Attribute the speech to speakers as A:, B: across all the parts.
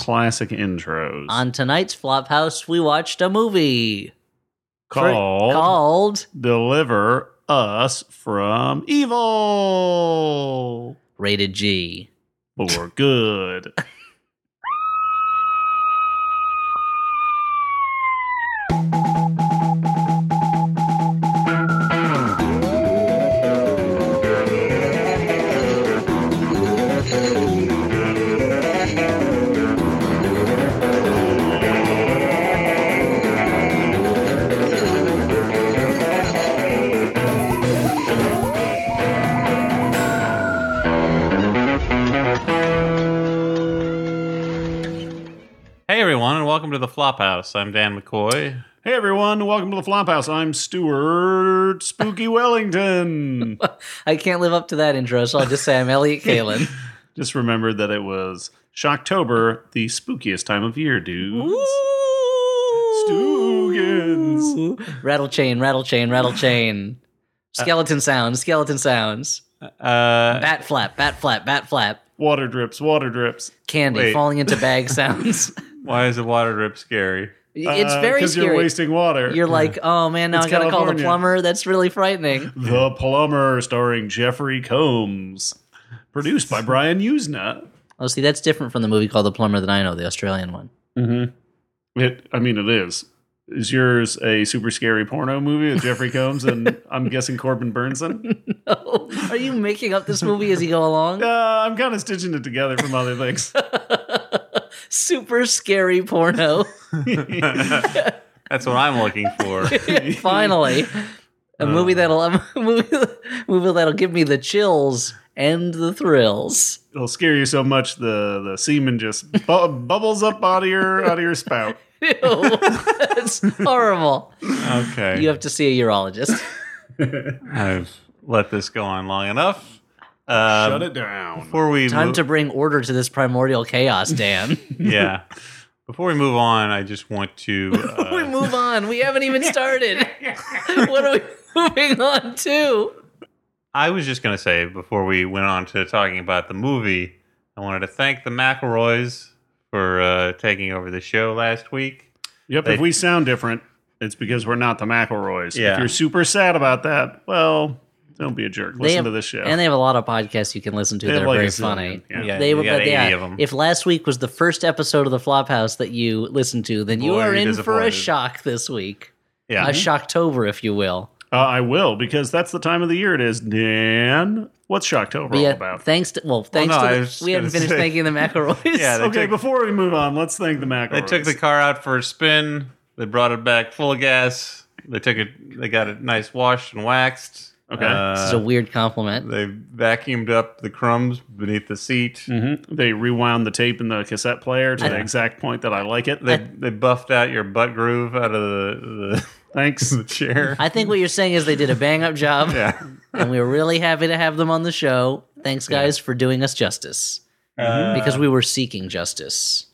A: classic intros.
B: On tonight's Flophouse, we watched a movie Fr-
A: called,
B: called
A: Deliver Us From Evil
B: Rated G.
A: for Good.
C: Hey everyone, and welcome to the Flophouse. I'm Dan McCoy.
A: hey everyone, welcome to the Flophouse. I'm Stuart Spooky Wellington.
B: I can't live up to that intro, so I'll just say I'm Elliot Kalin.
A: Just remembered that it was Shocktober, the spookiest time of year, dudes. Stoogans.
B: Rattle chain, rattle chain, rattle chain.
A: Uh,
B: Skeleton sounds, skeleton sounds.
C: Uh,
B: Bat flap, bat flap, bat flap.
A: Water drips, water drips.
B: Candy
C: Wait.
B: falling into bag sounds.
C: why is a water drip scary?
B: it's
A: Uh,
B: very scary.
A: you're wasting water.
B: You're like, oh man, now
A: It's
B: I gotta call the
A: California.
B: plumber. That's really frightening.
A: The Plumber, starring Jeffrey Combs, produced by Brian Usna.
B: Oh, see, that's different from the movie called The Plumber that I know, the Australian one.
A: Mm-hmm. It, I mean, it is. Is yours a super scary porno movie with Jeffrey Combs and I'm guessing Corbin Burnson?
B: Oh, are you making up this movie as you go along?
A: Uh, I'm kind of stitching it together from other things.
B: Super scary porno.
C: That's what I'm looking for.
B: Finally,
A: Uh.
B: a movie that'll a movie, movie that'll give me the chills and the thrills.
A: It'll scare you so much the, the semen just bu- bubbles up out of your out of your spout.
B: Ew, that's horrible.
C: Okay,
B: You have to see a urologist.
C: I've let this go on long enough. Um,
A: Shut it down.
C: Before we
B: Time
C: move-
B: to bring order to this primordial chaos, Dan.
C: yeah. Before we move on, I just want to.
B: we
C: Uh,
B: move on. We haven't even started. what are we moving on to?
C: I was just going to say before we went on to talking about the movie, I wanted to thank the McElroys for uh, taking over the show last week.
A: Yep. if we sound different, it's because we're not the McElroys.
C: Yeah.
A: If you're super sad about that, well, don't be a jerk.
B: They
A: Listen
B: have-
A: to this show.
B: And they have a lot of podcasts you can listen to
A: They
B: that
A: have
B: are
A: like a
B: very
A: zillion,
B: funny.
A: yeah.
C: Yeah,
B: They
C: you
B: were,
C: got
B: but
C: 80
B: yeah,
C: of 'em.
B: if last week was the first episode of the Flophouse that you listened to, then you
C: Boy,
B: are
C: you're
B: in for a
C: disappointed.
B: shock this week.
C: Yeah, Hmm?
B: A shocktober, if you will.
A: Uh, I will because that's the time of the year it is. Dan, what's Shocktober
B: But
A: all
B: yeah,
A: about?
B: thanks to well, thanks
C: no, I
B: to
C: was
B: the,
C: just
B: we haven't
C: gonna
B: finished
C: say-
B: thanking the macaroons.
C: Yeah, they
A: okay,
C: took-
A: before we move on, let's thank the McElroys.
C: They took the car out for a spin. They brought it back full of gas. They took it. They got it nice washed and waxed.
A: Okay.
C: Uh,
B: this is a weird compliment.
C: they vacuumed up the crumbs beneath the seat.
B: Mm-hmm.
A: Mhm. They rewound the tape in the cassette player to the exact point that I like it.
C: They they buffed out your butt groove out of the
A: Thanks.
C: the, the chair.
B: I think what you're saying is they did a bang up job,
C: yeah.
B: and we are really happy to have them on the show. Thanks, guys, for doing us justice
C: Uh,
B: because we were seeking justice.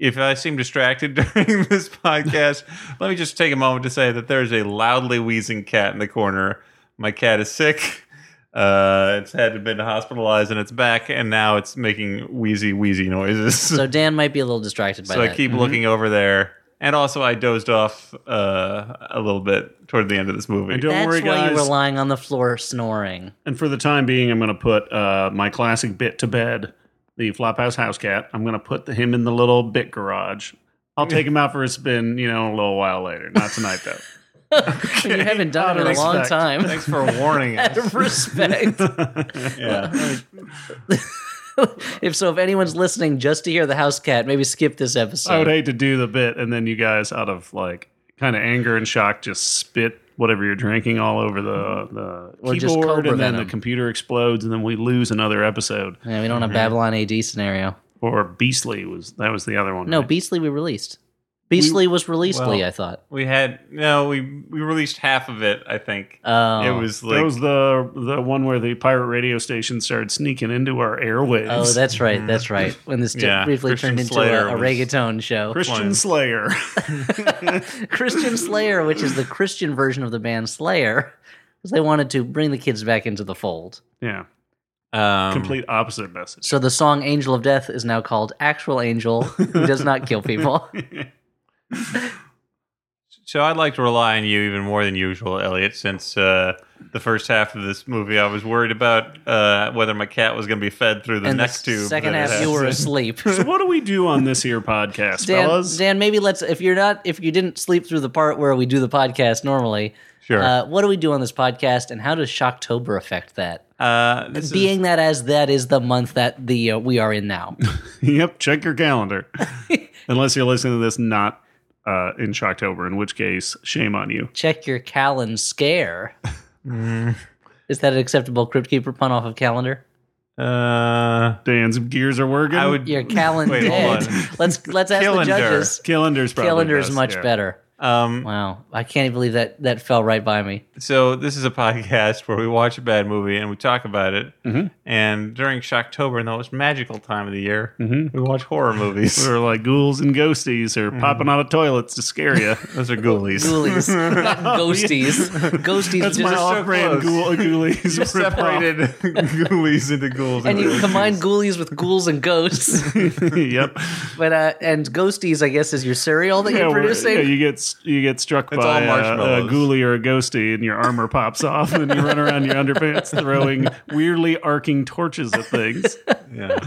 C: if I seem distracted during this podcast, let me just take a moment to say that there is a loudly wheezing cat in the corner. My cat is sick. Uh, it's had been hospitalized in its back, and now it's making wheezy, wheezy noises.
B: So Dan might be a little distracted by
C: so
B: that.
C: I keep looking over there. And also, I dozed off uh, a little bit toward the end of this movie.
A: I don't
B: That's
A: worry,
B: why
A: guys.
B: you were lying on the floor snoring.
A: and for the time being, I'm going to put uh, my classic bit to bed, the Flophouse house cat. I'm going to put him in the little bit garage. I'll take him out for a spin, you know, a little while later. Not tonight, though.
B: You haven't done it in
A: Out
B: a
A: of
B: long
A: respect.
B: time.
C: Thanks for warning
B: Out
C: us.
B: of respect.
C: yeah.
B: if so, if anyone's listening just to hear the house cat, maybe skip this episode.
C: Oh,
A: I would hate to do the bit and then you guys out of like kind of anger and shock just spit whatever you're drinking all over the the
B: Or just
A: keyboard
B: cobra
A: and then
B: venom.
A: the computer explodes and then we lose another episode.
B: Yeah, we don't
C: Mm-hmm.
B: have Babylon AD scenario.
A: Or Beastly was that was the other one.
B: No,
A: right?
B: Beastly we released. Beastly was released,
C: well-
B: Lee, I thought.
C: We had, no, we, we released half of it, I think.
B: Oh.
C: it was
A: that
C: like,
A: was the the one where the pirate radio station started sneaking into our airwaves.
B: Oh, that's right. That's right. When this
C: Mm-hmm. Yeah,
B: briefly
C: Christian
B: turned into
C: Slayer
B: a, a
C: was-
B: reggaeton show.
A: Christian Slayer.
B: Christian Slayer, which is the Christian version of the band Slayer, because they wanted to bring the kids back into the fold.
A: yeah.
C: Um,
A: Complete opposite message.
B: So the song Angel of Death is now called Actual Angel Who Does Not Kill People.
C: So I'd like to rely on you even more than usual, Elliot, since uh, the first half of this movie I was worried about uh, whether my cat was going to be fed through the
B: and
C: next
B: the
C: tube.
B: second
C: that it
B: half you
C: has.
B: were asleep.
A: so what do we do on this here podcast,
B: Dan,
A: fellas?
B: Dan, maybe let's if you're not if you didn't sleep through the part where we do the podcast normally,
C: Sure. Uh,
B: uh, what do we do on this podcast and how does Shocktober affect that?
C: Uh, this is,
B: Being that as that is the month that the uh, we are in now.
A: yep, check your calendar. Unless you're listening to this not uh, in Shocktober, in which case, shame on you.
B: Check your Callan scare.
C: Mm.
B: Is that an acceptable Crypt Keeper pun off of calendar?
C: uh,
A: Dan's gears are working.
C: I would.
B: Your calendar.
C: Wait, hold
B: Let's let's ask
C: Calendar.
B: the judges.
A: Calendar's probably
B: Calendar is
A: best,
B: much
A: yeah.
B: better.
C: Um,
B: Wow, I can't believe that that fell right by me.
C: so this is a podcast where we watch a bad movie and we talk about it. And during Shocktober, the most magical time of the year, we watch horror movies.
A: Or like ghouls and ghosties or popping out of toilets to scare you.
C: Those are ghoulies.
B: Ghoulies, not ghosties. Ghosties
A: That's
B: just
A: my off-brand uh, ghoul,
C: close.
A: ghoulies. ripoff.
C: Separated ghoulies into ghouls.
B: and you
C: ghoulies.
B: combine ghoulies with ghouls and ghosts.
A: yep.
B: But uh, and ghosties, I guess, is your cereal that
A: Yeah,
B: you're
A: we're-
B: producing.
A: yeah, you get s- you get struck
C: It's
A: by uh, a,
C: all
A: a
C: marshmallows.
A: ghoulie or a ghosty, and your armor pops off, and you run around in your underpants throwing weirdly arcing torches at things.
C: Yeah.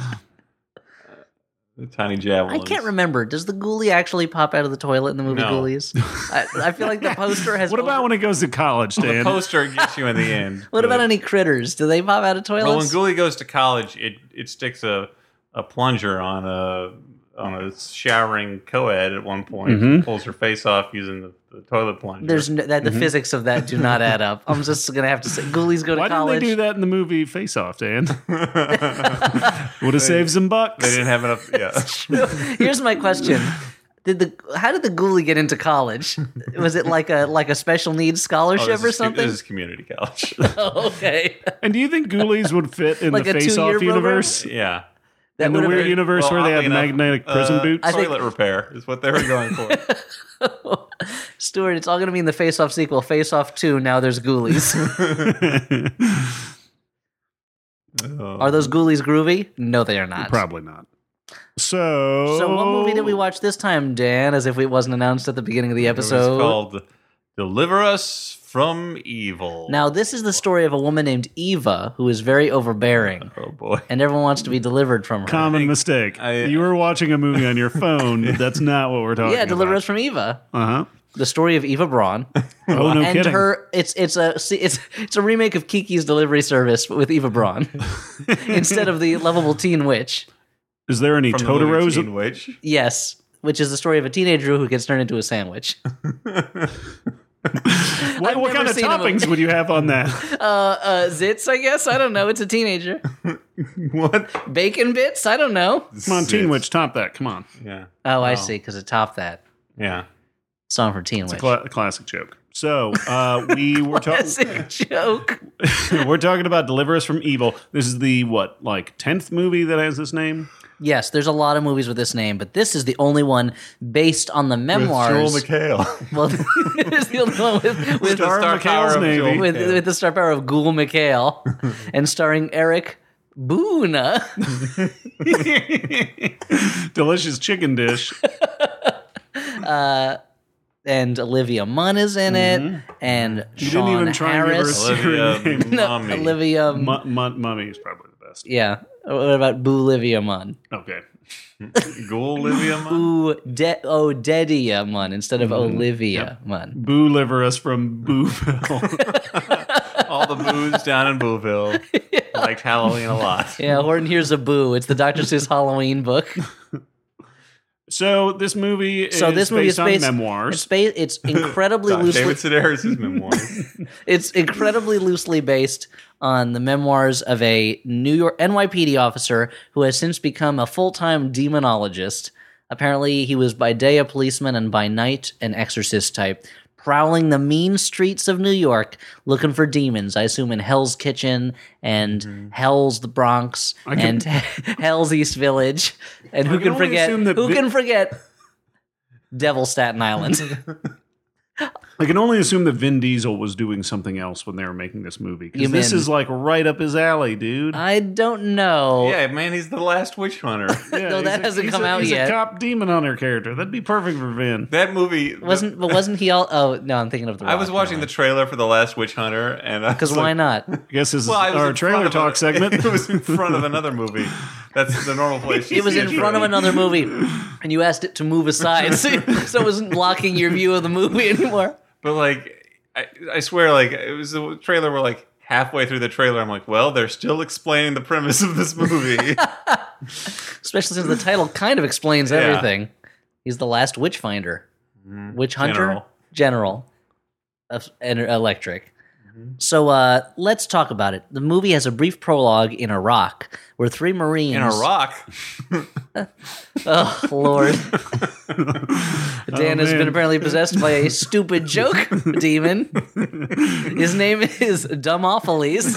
C: The tiny
B: I
C: javelins.
B: can't remember. Does the ghoulie actually pop out of the toilet in the movie
C: No.
B: Ghoulies? I, I feel like the poster has.
A: What about
B: over-
A: when it goes to college, Dan?
C: The poster gets you in the end.
B: what about any critters? Do they pop out of
C: Well, when
B: toilets?
C: Ghoulie goes to college, it, it sticks a, a plunger on a on a showering co-ed at one point,
A: Mhm.
C: pulls her face off using the, the toilet plunger.
B: There's no, that the
A: Mm-hmm.
B: physics of that do not add up. I'm just gonna have to say ghoulies go to
A: Why didn't
B: college.
A: they do that in the movie Face Off, Dan? Would have saved some
C: they
A: bucks.
C: didn't have enough. Yeah,
B: Here's my question. Did the how did the ghoulie get into college? Was it like a like a special needs
C: Oh,
B: scholarship
C: this
B: or
C: is-
B: something?
C: This is community college.
B: Oh, okay.
A: And do you think ghoulies would fit in
B: Like
A: the
B: a
A: Face Off
B: two-year program?
A: universe?
C: yeah,
B: That
A: In the
B: would have
A: weird
B: been
A: universe
C: Well,
A: where they had
C: oddly enough,
A: magnetic prison
C: uh,
A: boots?
B: I think-
C: toilet repair is what they were going for.
B: Stuart, it's all gonna be in the face off sequel, face off two, now there's ghoulies.
C: Oh.
B: are those ghoulies groovy? No, they are not.
A: Probably not. So,
B: So what movie did we watch this time, Dan, as if it wasn't announced at the beginning of the
C: It was
B: episode?
C: called "Deliver Us from Evil."
B: Now this is the story of a woman named Eva who is very overbearing.
C: oh boy.
B: And everyone wants to be delivered from her.
A: Common mistake.
C: I-
A: you were watching a movie on your phone. That's not what we're talking
B: yeah, deliver us
A: about.
B: from Eva.
A: Uh huh.
B: The story of Eva Braun.
A: Oh no,
B: and
A: kidding.
B: her it's it's a see, it's it's a remake of Kiki's Delivery Service with Eva Braun instead of the lovable teen witch.
A: Is there any
C: From the movie
A: Totoro's?
C: Teen Witch.
B: Yes, which is the story of a teenager who gets turned into a sandwich.
A: What, what
B: never
A: kind of
B: seen a movie.
A: toppings would you have on that?
B: Uh, zits, I guess. I don't know. It's a teenager.
C: What?
B: Bacon bits. I don't know.
A: Come on, Teen Witch, top that. Come on.
C: Yeah.
B: Oh, I see. Because it topped that
C: Yeah.
B: song from Teen Witch.
A: Cla- classic joke. So uh, we were talking.
B: Classic joke.
A: We're talking about Deliver Us from Evil. This is the what, like tenth movie that has this name?
B: Yes, there's a lot of movies with this name, but this is the only one based on the memoirs.
C: With Joel McHale.
B: well, it's the only one with, with,
C: the
A: Star
C: star
A: McHale's
C: power of
A: name.
C: Joel
B: with,
C: McHale.
B: with the star power of Ghoul McHale and starring Eric Boona.
A: Delicious chicken dish.
B: and Olivia Munn is in it, and
A: Mm-hmm. You
B: Sean
A: didn't even try
B: Harris.
A: and give her a
C: Olivia
A: serious name.
B: No,
C: Mummy.
B: Olivia.
A: Mu- mu- mummy is probably the best.
B: yeah. What about Boo Olivia Munn?
A: Okay.
C: Ghoul Olivia Mummy.
B: Boo De- Oh Dedia Munn instead of Olivia Munn.
A: Boo liver us from Booville.
C: All the booze down in Booville. Liked Halloween a lot.
B: Yeah, Horton here's a boo. It's the Dr. Seuss Halloween book.
A: so this movie is
B: So this movie
A: based
B: is based
A: on
B: It's
A: memoirs.
B: ba- it's incredibly
C: David
B: loosely
C: Sedaris' memoirs.
B: it's incredibly loosely based on the memoirs of a New York NYPD officer who has since become a full-time demonologist. Apparently, he was by day a policeman and by night an exorcist type, prowling the mean streets of New York looking for demons. I assume in Hell's Kitchen and
A: Mm-hmm.
B: Hell's the Bronx and Hell's East Village. And who
A: can
B: can
A: only
B: forget?
A: assume that
B: Who
A: vi-
B: can forget? Devil Staten Island.
A: I can only assume that Vin Diesel was doing something else when they were making this movie. 'cause
B: You
A: this
B: mean- Uh,
A: is like right up his alley, dude.
B: I don't know.
C: Yeah, man, he's the last witch hunter.
A: Yeah,
B: no,
A: he's
B: that
A: a-
B: hasn't
A: he's
B: come
A: a-
B: out
A: he's
B: yet.
A: a cop demon hunter character. That'd be perfect for Vin.
C: that movie
B: Wasn't but wasn't he all? Oh no, I'm thinking of the.
C: I was
B: Rock,
C: watching the
B: never
C: trailer for the last witch hunter, and
B: mind. because why not?
A: I guess this is
C: Well, I was
A: our
C: in front
A: trailer
C: of a-
A: talk segment.
C: It was in front of another movie. That's the normal place. you
B: It was
C: see
B: in
C: a
B: front of
C: trailer.
B: another movie, and you asked it to move aside, so, so it wasn't blocking your view of the movie anymore.
C: But like, I, I swear, like it was the trailer. Where like halfway through the trailer, I'm like, well, they're still explaining the premise of this movie.
B: Especially since the title kind of explains
C: Yeah. Mm-hmm.
B: everything. He's the last witch finder, witch hunter,
C: General.
B: general, of and electric.
C: Mm-hmm.
B: So uh, let's talk about it. The movie has a brief prologue in Iraq, where three Marines
C: in a rock.
B: Oh Lord, Dan has
A: Oh, man.
B: been apparently possessed by a stupid joke demon. His name is Dumbophiles.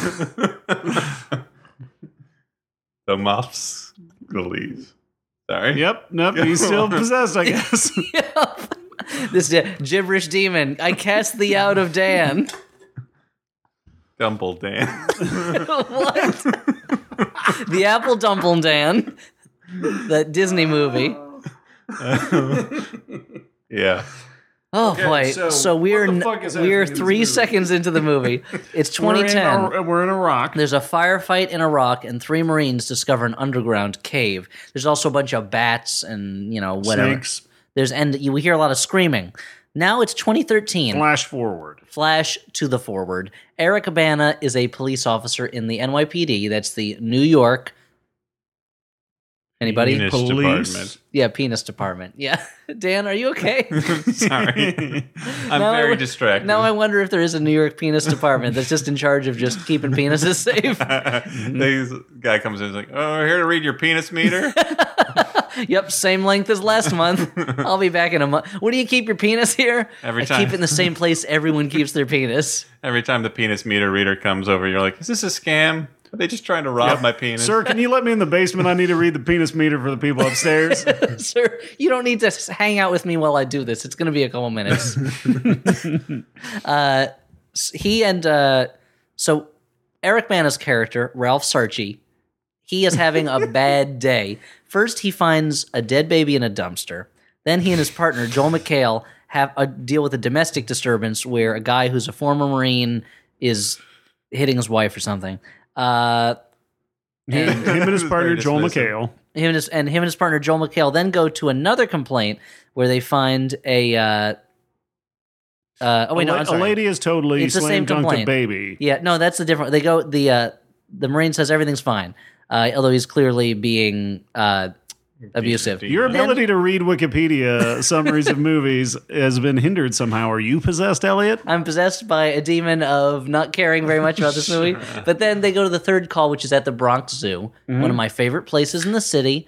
C: The moths believe. Sorry.
A: Yep, nope, he's still possessed, I guess.
B: this de- gibberish demon. I cast thee out of Dan.
C: Dumble Dan.
B: what? the Apple Dumple Dan. That Disney movie.
C: yeah.
B: Oh boy!
A: so
B: So, we're
A: what the
B: n-
A: fuck is happening
B: we're
A: in this
B: three
A: movie?
B: seconds into the movie. It's
A: We're in,
B: 2010.
A: a, we're in Iraq.
B: There's a firefight in Iraq, and three Marines discover an underground cave. There's also a bunch of bats and you know whatever.
A: Snakes.
B: There's and you hear a lot of screaming. Now it's 2013.
A: Flash forward.
B: Flash to the forward. Eric Abana is a police officer in the NYPD. That's the New York. Anybody?
C: Penis
A: police.
C: department.
B: Yeah, penis department. Yeah, Dan, are you okay?
C: Sorry. I'm
B: Now I
C: very
B: w-
C: distracted.
B: now I wonder if there is a New York penis department that's just in charge of just keeping penises safe.
C: this guy comes in and is like, Oh, we're here to read your penis meter.
B: Yep, same length as last month. I'll be back in a month. Where do you keep your penis here?
C: Every
B: I
C: time.
B: keep it in the same place everyone keeps their penis.
C: Every time the penis meter reader comes over, you're like, Is this a scam? Are they just trying to rob my penis?
A: Sir, can you let me in the basement? I need to read the penis meter for the people upstairs.
B: Sir, you don't need to s- hang out with me while I do this. It's going to be a couple minutes. uh, s- he and uh, so Eric Bana's character, Ralph Sarchi, he is having a bad day. First, he finds a dead baby in a dumpster. Then he and his partner Joel McHale have a deal with a domestic disturbance where a guy who's a former Marine is hitting his wife or something. Uh, and
A: Him and his
C: Very
A: partner Joel
C: dismissive.
A: McHale.
B: him and his, and him and his partner Joel McHale then go to another complaint where they find a. Uh, uh, oh wait, no,
A: a,
B: I'm
A: la-
B: sorry.
A: a lady is totally
B: It's the same
A: slam dunked a
B: complaint.
A: baby.
B: Yeah, no, that's the different. They go the uh, the Marine says everything's fine, uh, although he's clearly being uh, abusive.
A: Your ability to read Wikipedia summaries of movies has been hindered somehow. Are you possessed, Elliot?
B: I'm possessed by a demon of not caring very much about this movie. But then they go to the third call, which is at the Bronx Zoo, one of my favorite places in the city.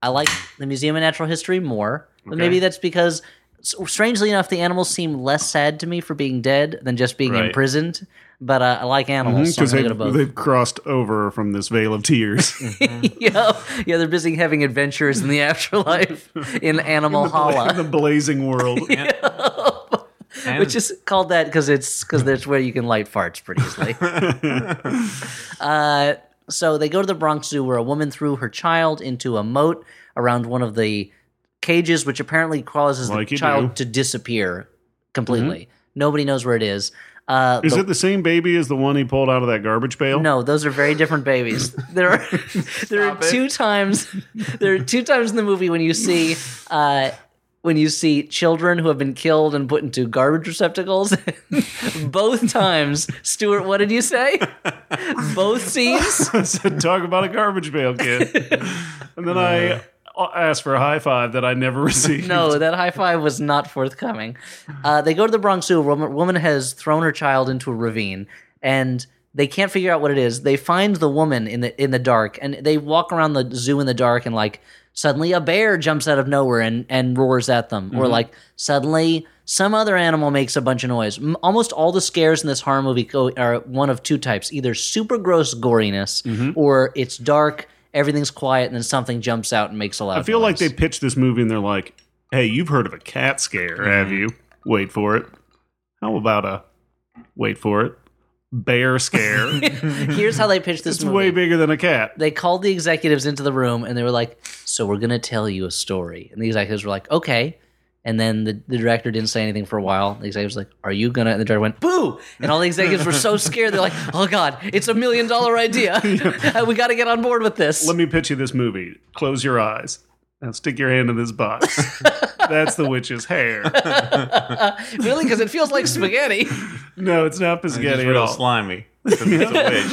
B: I like the Museum of Natural History more, but maybe that's because, s- strangely enough, the animals seem less sad to me for being dead than just being
C: Right.
B: imprisoned. But uh, I like animals,
A: Because
B: so I'm
A: they've,
B: gonna go to
A: they've crossed over from this veil of tears.
B: both. yeah, yeah, they're busy having adventures in the afterlife in Animal Hala.
A: the blazing world.
B: which is called that because it's because that's where you can light farts pretty easily. uh, so they go to the Bronx Zoo where a woman threw her child into a moat around one of the cages, which apparently causes
A: Like
B: the
A: you Mm-hmm.
B: child to disappear completely. Nobody knows where it is. Uh,
A: Is
B: the-
A: it the same baby as the one he pulled out of that garbage pail?
B: no, those are very different babies. There are there are
C: it.
B: two times there are two times in the movie when you see uh, when you see children who have been killed and put into garbage receptacles. Both times, Stuart, what did you say? Both scenes.
A: I said, talk about a garbage pail kid. and then I asked for a high five that I never received.
B: No, that high five was not forthcoming. Uh, they go to the Bronx Zoo. A woman, woman has thrown her child into a ravine, and they can't figure out what it is. They find the woman in the in the dark, and they walk around the zoo in the dark, and like suddenly a bear jumps out of nowhere and and roars at them,
A: Mm-hmm.
B: or like suddenly some other animal makes a bunch of noise. M- Almost all the scares in this horror movie go, are one of two types: either super gross goriness,
A: Mm-hmm.
B: or it's dark. Everything's quiet, and then something jumps out and makes a loud.
A: I feel like
B: noise.
A: they
B: Mm-hmm.
A: pitched this movie and they're like, hey, you've heard of a cat scare, have you? Wait for it. How about a wait for it bear scare?
B: Here's how they pitched this
A: it's
B: movie.
A: way bigger than a cat.
B: they called the executives into the room and they were like, "So we're gonna tell you a story." And the executives were like, "Okay." And then the, the director didn't say anything for a while. The executive was like, "Are you gonna?" And the director went, "Boo!" And all the executives were so scared. They're like, "Oh God, it's a million dollar idea. Uh, we got to get on board with this."
A: Let me pitch you this movie. Close your eyes and stick your hand in this box. That's the witch's hair.
B: really, because it feels like spaghetti.
A: No, it's not
C: It's
A: Pisgetti at
C: real
A: all.
C: slimy. It's a, it's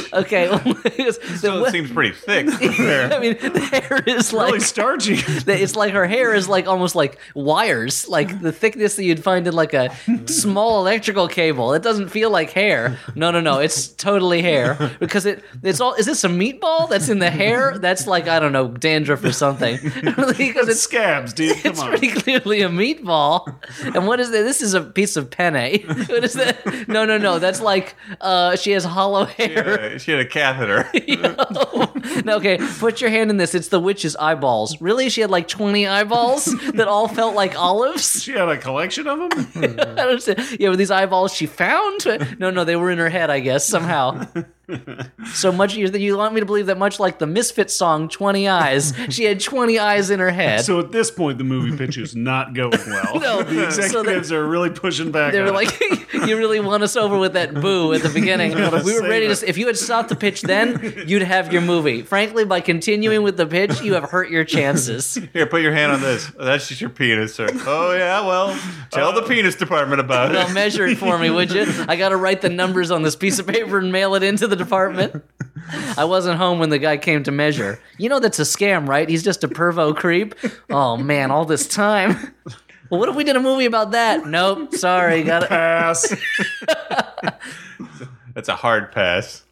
C: a witch.
B: Okay, well, it's-
C: So
B: the-
C: it seems pretty thick.
B: I mean, the hair is like
A: Really starchy.
B: that it's like her hair is like almost like wires, like the thickness that you'd find in like a small electrical cable. It doesn't feel like hair. No, no, no, it's totally hair because it it's all. Is this a meatball that's in the hair? That's like I don't know dandruff or something because
A: It's
B: it's.
A: scabs, dude. Come
B: It's
A: on.
B: pretty clearly a meatball, and what is that? This is a piece of penne. What is that? No, no, no. That's like uh, she has hollow hair.
C: Yeah, Uh, she had a catheter.
B: No, okay, put your hand in this. It's the witch's eyeballs. Really? She had like 20 eyeballs that all felt like olives?
A: she had a collection of them.
B: I don't understand. Yeah, were these eyeballs she found? No, no, they were in her head, I guess, somehow. So much, you you want me to believe that much like the Misfit song, 20 Eyes, she had 20 eyes in her head.
A: So at this point, the movie pitch is not going well.
B: No,
A: the
B: so they-
A: executives are really pushing back.
B: they were
A: on it.
B: like, "You really won us over with that boo at the beginning." we were
A: save
B: ready
A: it.
B: to. If you had stopped the pitch then, you'd have your movie. Frankly, by continuing with the pitch, you have hurt your chances.
C: Here, put your hand on this. Oh, that's just your penis, sir. Oh yeah, well, tell the penis department about
B: Uh, Well,
C: it.
B: measure it for me, would you? I got to write the numbers on this piece of paper and mail it into the department. I wasn't home when the guy came to measure. You know that's a scam, right? He's just a pervo creep. Oh man, all this time. Well, what if we did a movie about that? Nope. Sorry, got it.
A: pass.
C: That's a hard pass.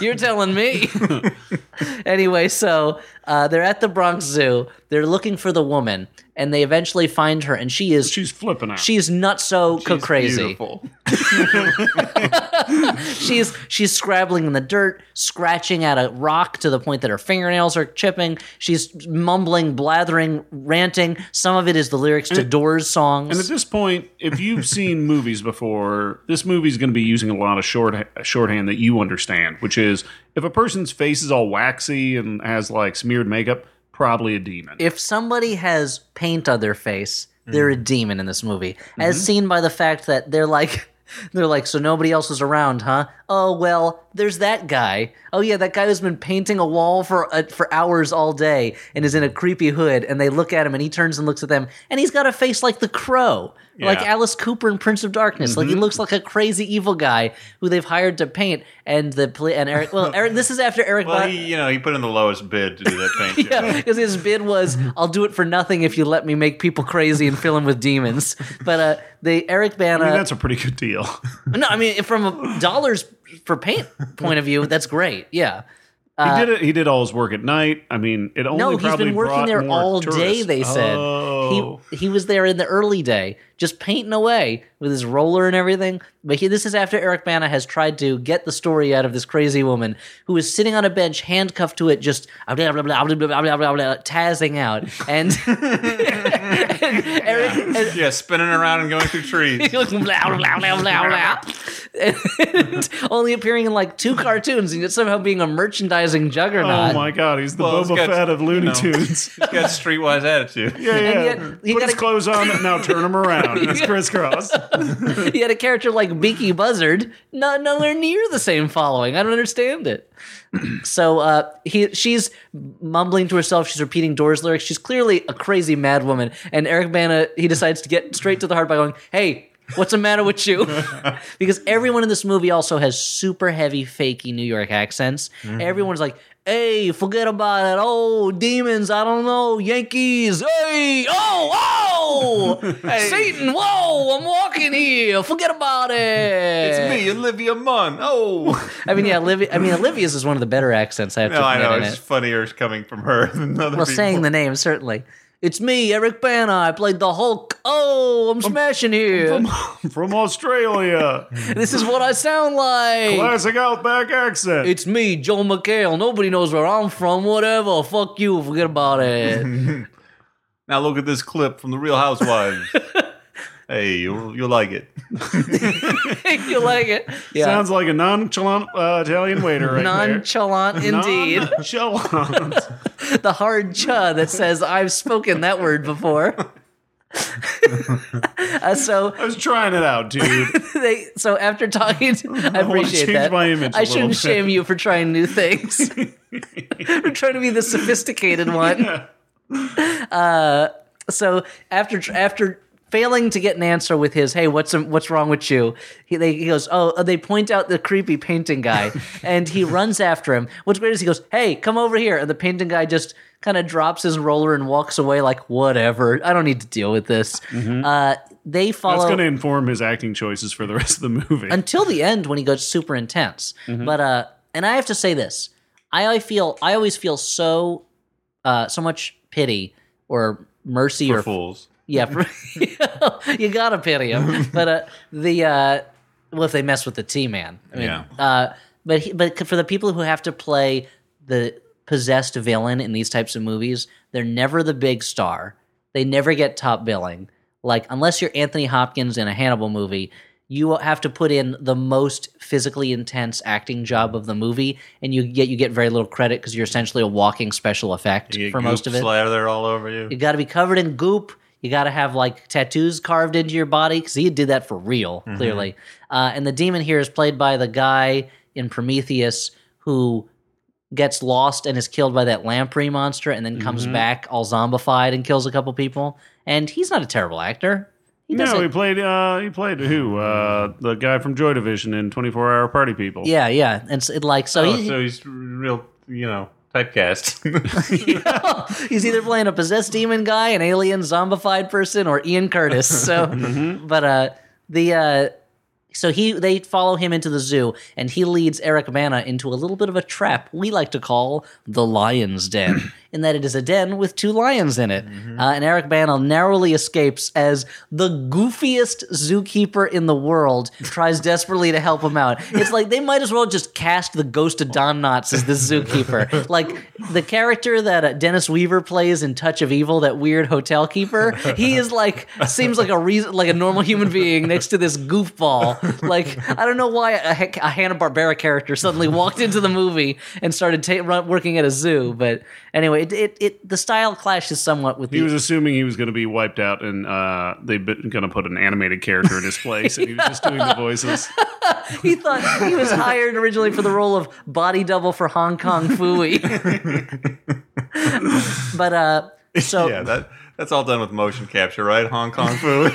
B: You're telling me. anyway, so uh, they're at the Bronx Zoo. They're looking for the woman, and they eventually find her, and she is
A: She's flipping out.
B: she's not so
C: She's
B: crazy.
C: Beautiful.
B: she's she's scrabbling in the dirt, scratching at a rock to the point that her fingernails are chipping. She's mumbling, blathering, ranting. Some of it is the lyrics to Doors
A: And at
B: songs.
A: this point, if you've seen movies before, this movie's going to be using a lot of short shorthand that you understand, which is if a person's face is all waxy and has like smeared makeup, probably a demon.
B: If somebody has paint on their face, they're
C: Mm.
B: a demon in this movie, as
C: Mm-hmm.
B: seen by the fact that they're like. They're like, so nobody else was around, huh? Oh well, there's that guy. Oh yeah, that guy who's been painting a wall for uh, for hours all day and is in a creepy hood. And they look at him, and he turns and looks at them, and he's got a face like the crow, like
C: Yeah. Mm-hmm.
B: Alice Cooper in Prince of Darkness. Like he looks like a crazy evil guy who they've hired to paint. And the poli- and Eric. Well, Eric. This is after Eric.
C: Well,
B: Bot-
C: he, you know, he put in the lowest bid to do that paint job.
B: yeah, because his bid was, "I'll do it for nothing if you let me make people crazy and fill them with demons." But uh, they Eric Bana.
A: I mean, that's a pretty good deal.
B: no, I mean from a dollars for paint point of view, that's great. Yeah,
A: he did it. He did all his work at night. I mean, it only
B: uh, no, he's
A: probably
B: been working
A: brought
B: there
A: more
B: all day.
A: tourists.
B: They said
A: Oh.
B: he he was there in the early day, just painting away with his roller and everything. But he, this is after Eric Bana has tried to get the story out of this crazy woman who is sitting on a bench, handcuffed to it, just blah blah blah blah blah blah blah, blah, blah tazzing out, and, and Eric. and-
C: Yeah, spinning around and going through trees.
B: Blah, blah, blah, blah, blah. And only appearing in like two cartoons and yet somehow being a merchandising juggernaut.
A: oh my god, he's the
C: Well, it's
A: Boba
C: got-
A: Fett of Looney
C: you know.
A: Tunes.
C: He's got streetwise attitude.
A: yeah, yeah.
B: yet he
A: Put
B: gotta-
A: his clothes on and now turn him around. It's crisscross.
B: he had a character like Beaky Buzzard, not nowhere near the same following. I don't understand it. so uh, he, she's mumbling to herself. She's repeating Doors lyrics. She's clearly a crazy mad woman. And Eric Bana, he decides to get straight to the heart by going, "Hey." What's the matter with you? because everyone in this movie also has super heavy, fakey New York accents.
C: Mm-hmm.
B: Everyone's like, hey, forget about it. Oh, demons, I don't know. Yankees, hey, oh, oh, Satan, whoa, I'm walking here. Forget about it.
C: It's me, Olivia Munn. Oh,
B: I mean, yeah, Olivia, I mean, Olivia's is one of the better accents I have to
C: no, I
B: admit
C: know.
B: in
C: It's
B: it.
C: funnier coming from her than other
B: Well,
C: people.
B: saying the name, certainly. It's me, Eric Bana. I played the Hulk. Oh, I'm smashing here.
A: From Australia.
B: This is what I sound like.
A: Classic Outback accent.
B: It's me, Joe McHale. Nobody knows where I'm from. Whatever. Fuck you. Forget about it.
C: now look at this clip from The Real Housewives. Hey, you'll, you'll like it.
B: you like it? Yeah.
A: Sounds like a nonchalant uh, Italian waiter right
B: Nonchalant
A: there.
B: indeed.
A: Nonchalant.
B: the hard ch that says I've spoken that word before. Uh, so
A: I was trying it out, dude.
B: they so after talking, to, I
A: wanna
B: appreciate
A: change
B: that.
A: my image a
B: I
A: little
B: shouldn't
A: bit.
B: shame you for trying new things. for trying to be the sophisticated one. Uh, so after after failing to get an answer with his hey what's what's wrong with you he, they, he goes oh they point out the creepy painting guy and he runs after him what's great is he goes hey come over here and the painting guy just kind of drops his roller and walks away like whatever i don't need to deal with this uh, they
A: Mm-hmm. That's
B: follow
A: going to inform his acting choices for the rest of the movie.
B: until the end when he goes super intense. But uh, and I have to say this, I I feel I always feel so uh so much pity or mercy or
C: Fools.
B: yeah, for- you gotta pity him. But uh, the uh, well, if they mess with the T man, I mean,
C: Yeah.
B: Uh, but he, but for the people who have to play the possessed villain in these types of movies, they're never the big star. They never get top billing. Like unless you're Anthony Hopkins in a Hannibal movie, you have to put in the most physically intense acting job of the movie, and you get you get very little credit because you're essentially a walking special effect
C: You get
B: for most of
C: goop
B: it.
C: Slather all over you.
B: You got to be covered in goop. You got to have like tattoos carved into your body because he did that for real,
C: Mm-hmm.
B: clearly. Uh, and the demon here is played by the guy in Prometheus who gets lost and is killed by that lamprey monster and then
C: Mm-hmm.
B: comes back all zombified and kills a couple people. And he's not a terrible actor. He does
A: no, he
B: not
A: played. Uh, he played who? Uh, the guy from Joy Division in Twenty Four Hour Party People.
B: yeah, yeah. And it's it, like, so,
C: Oh,
B: he,
C: so he's real, you know, typecast.
B: he's either playing a possessed demon guy, an alien zombified person, or Ian Curtis. So, but uh, the uh, so he they follow him into the zoo, and he leads Eric Bana into a little bit of a trap we like to call the lion's den, in that it is a den with two lions in it, uh, and Eric Bana narrowly escapes as the goofiest zookeeper in the world tries desperately to help him out. It's like they might as well just cast the ghost of Don Knotts as the zookeeper, like the character that uh, Dennis Weaver plays in Touch of Evil, that weird hotel keeper. He is like seems like a reason, like a normal human being next to this goofball. Like I don't know why a, Ha- a Hanna Barbera character suddenly walked into the movie and started ta- run, working at a zoo. But anyway, it, it it the style clashes somewhat with
A: He
B: the
A: was assuming he was going to be wiped out, and uh, they've been going to put an animated character in his place, and he was just doing the voices.
B: He thought he was hired originally for the role of body double for Hong Kong Fooey. but uh so
C: yeah, that that's all done with motion capture, right? Hong Kong food.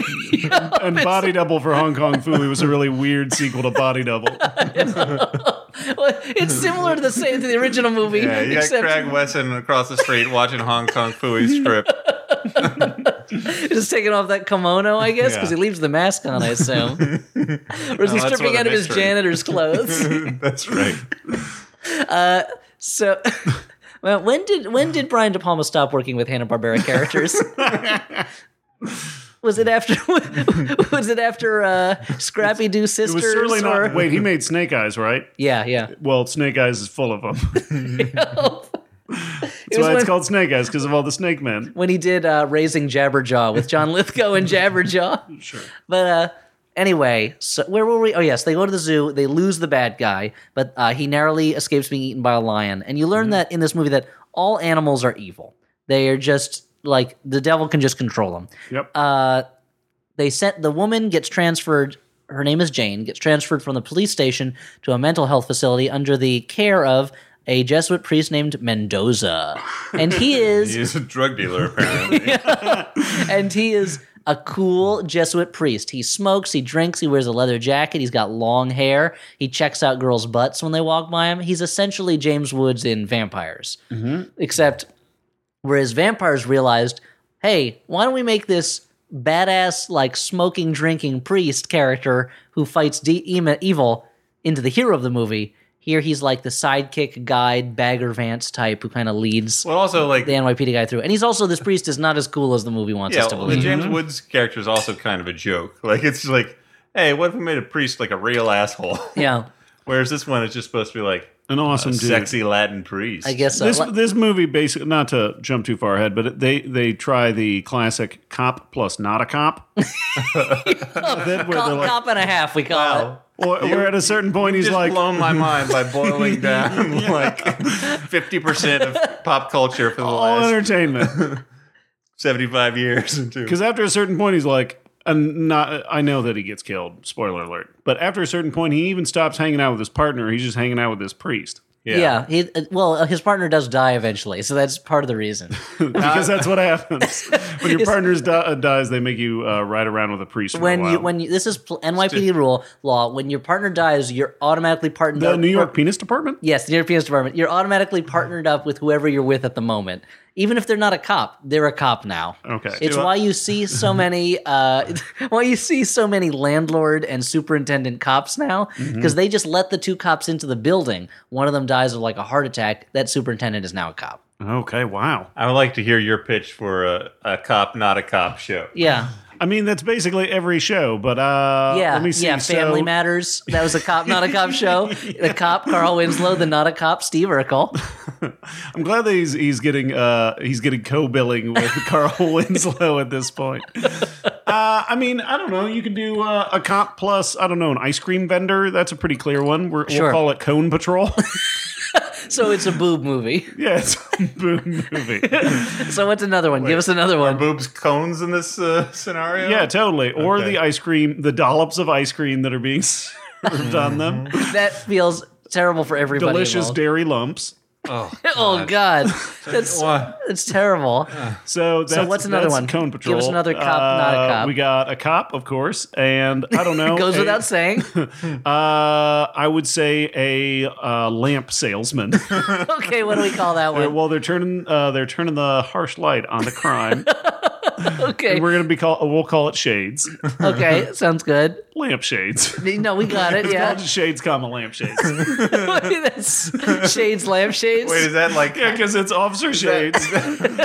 B: Oh,
A: And Body Double for Hong Kong Fooey was a really weird sequel to Body Double.
B: well, it's similar to the same to the original movie
C: yeah, you got
B: except
C: Craig Wesson across the street watching Hong Kong Fooey strip.
B: just taking off that kimono, I guess, because
C: Yeah. Oh,
B: he leaves the mask on, I assume. Whereas he's
C: that's
B: stripping
C: what
B: out
C: a
B: of his
C: mystery.
B: janitor's clothes.
C: That's right.
B: So, well, when did when did Brian De Palma stop working with Hanna Barbera characters? was it after was it after uh, Scrappy Doo
A: It
B: Sisters?
A: was certainly
B: or-
A: not. Wait, he made Snake Eyes, right?
B: Yeah, yeah. It
A: Well, Snake Eyes is full of them. That's
B: was
A: why it's
B: when,
A: called Snake Eyes because of all the snake men.
B: when he did uh, Raising Jabberjaw with John Lithgow and Jabberjaw.
A: Sure.
B: But uh, anyway, so where were we? Oh yes, they go to the zoo. They lose the bad guy, but uh, he narrowly escapes being eaten by a lion. And you learn that in this movie that all animals are evil. They are just like the devil can just control them.
A: Yep.
B: Uh, they sent the woman gets transferred. Her name is Jane. Gets transferred from the police station to a mental health facility under the care of a Jesuit priest named Mendoza, and he is
C: He's a drug dealer, apparently.
B: and he is a cool Jesuit priest. He smokes, he drinks, he wears a leather jacket, he's got long hair, he checks out girls' butts when they walk by him. He's essentially James Woods in Vampires. Except whereas vampires realized, hey, why don't we make this badass, like smoking, drinking priest character who fights de- em- evil into the hero of the movie? Here he's like the sidekick, guide, bagger Vance type who kind of leads
C: Well, also like
B: the NYPD guy through. And he's also this priest is not as cool as the movie wants
C: yeah,
B: us to
C: well, the
B: believe.
C: James Woods character is also kind of a joke. Like it's like, hey, what if we made a priest like a real asshole?
B: Yeah.
C: Whereas this one is just supposed to be like,
A: an awesome dude.
C: sexy Latin priest.
B: I guess so.
A: This
B: Let-
A: this movie basically not to jump too far ahead, but they they try the classic cop plus not a cop. Then where
B: cop,
A: they're like,
B: cop and a half, we call
C: Wow.
A: or- where at a certain point he's
C: Oh. Just
A: like,
C: blown my mind by boiling down like fifty percent of pop culture for the
A: all
C: last
A: entertainment.
C: seventy-five years. Into
A: Because after a certain point, he's like, and not I know that he gets killed. Spoiler alert. But after a certain point, he even stops hanging out with his partner. He's just hanging out with this priest
B: it. Yeah. he, uh, well, uh, his partner does die eventually, so that's part of the reason.
A: Oh,
B: Uh,
A: because that's what happens when your partner's di- uh, dies. They make you uh, ride around with a priest. For a
B: when
A: while.
B: you when you, this is pl- NYPD rule law, when your partner dies, you're automatically partnered
A: the
B: up.
A: Uh, New York Penis Department.
B: Yes, the European Department. You're automatically
A: Mm-hmm.
B: partnered up with whoever you're with at the moment. Even if they're not a cop, they're a cop now.
A: Okay. uh,
B: It's why you see so many uh, why you see so many landlord and superintendent cops now
A: Mm-hmm.
B: because they just let the two cops into the building. One of them dies of like a heart attack. That superintendent is now a cop.
A: Okay. Wow.
C: I would like to hear your pitch for a, a cop, not a cop show.
B: Yeah.
A: I mean, that's basically every show, but uh,
B: Yeah,
A: let me see.
B: yeah. Family
A: so,
B: Matters. That was a cop, not a cop show. The cop, Carl Winslow. The not a cop, Steve Urkel.
A: I'm glad that he's he's getting uh he's getting co-billing with Carl Winslow at this point. Uh, I mean, I don't know. You could do uh, a cop plus I don't know an ice cream vendor. That's a pretty clear one. We're,
B: Sure.
A: We'll call it Cone Patrol.
B: So it's a boob movie.
A: yeah, it's a boom movie.
B: So what's another one? Give us another
C: Are
B: one.
C: boobs cones in this uh, scenario?
B: Oh.
A: Yeah, totally. Or
C: Okay.
A: the ice cream, the dollops of ice cream that are being served on them.
B: That feels terrible for everybody.
A: Delicious
B: involved.
A: dairy lumps.
C: Oh,
B: Oh God, that's
C: What?
B: that's terrible.
A: So that's,
B: what's another
A: that's
B: one?
A: Cone
B: Give
A: Patrol.
B: us another cop, not a
A: Uh,
B: cop.
A: We got a cop, of course, and I don't know.
B: Goes
A: a-
B: without saying.
A: Uh, I would say a uh, lamp salesman.
B: Okay, what do we call that one?
A: well, they're turning uh, they're turning the harsh light on the crime.
B: Okay,
A: We're gonna be call we'll call it shades,
B: okay, sounds good.
A: lamp shades.
B: No, we got it. Yeah,
A: Shades, comma lamp shades.
B: that's shades, lampshades.
C: Wait, is that like?
A: yeah, because it's Officer Shades and,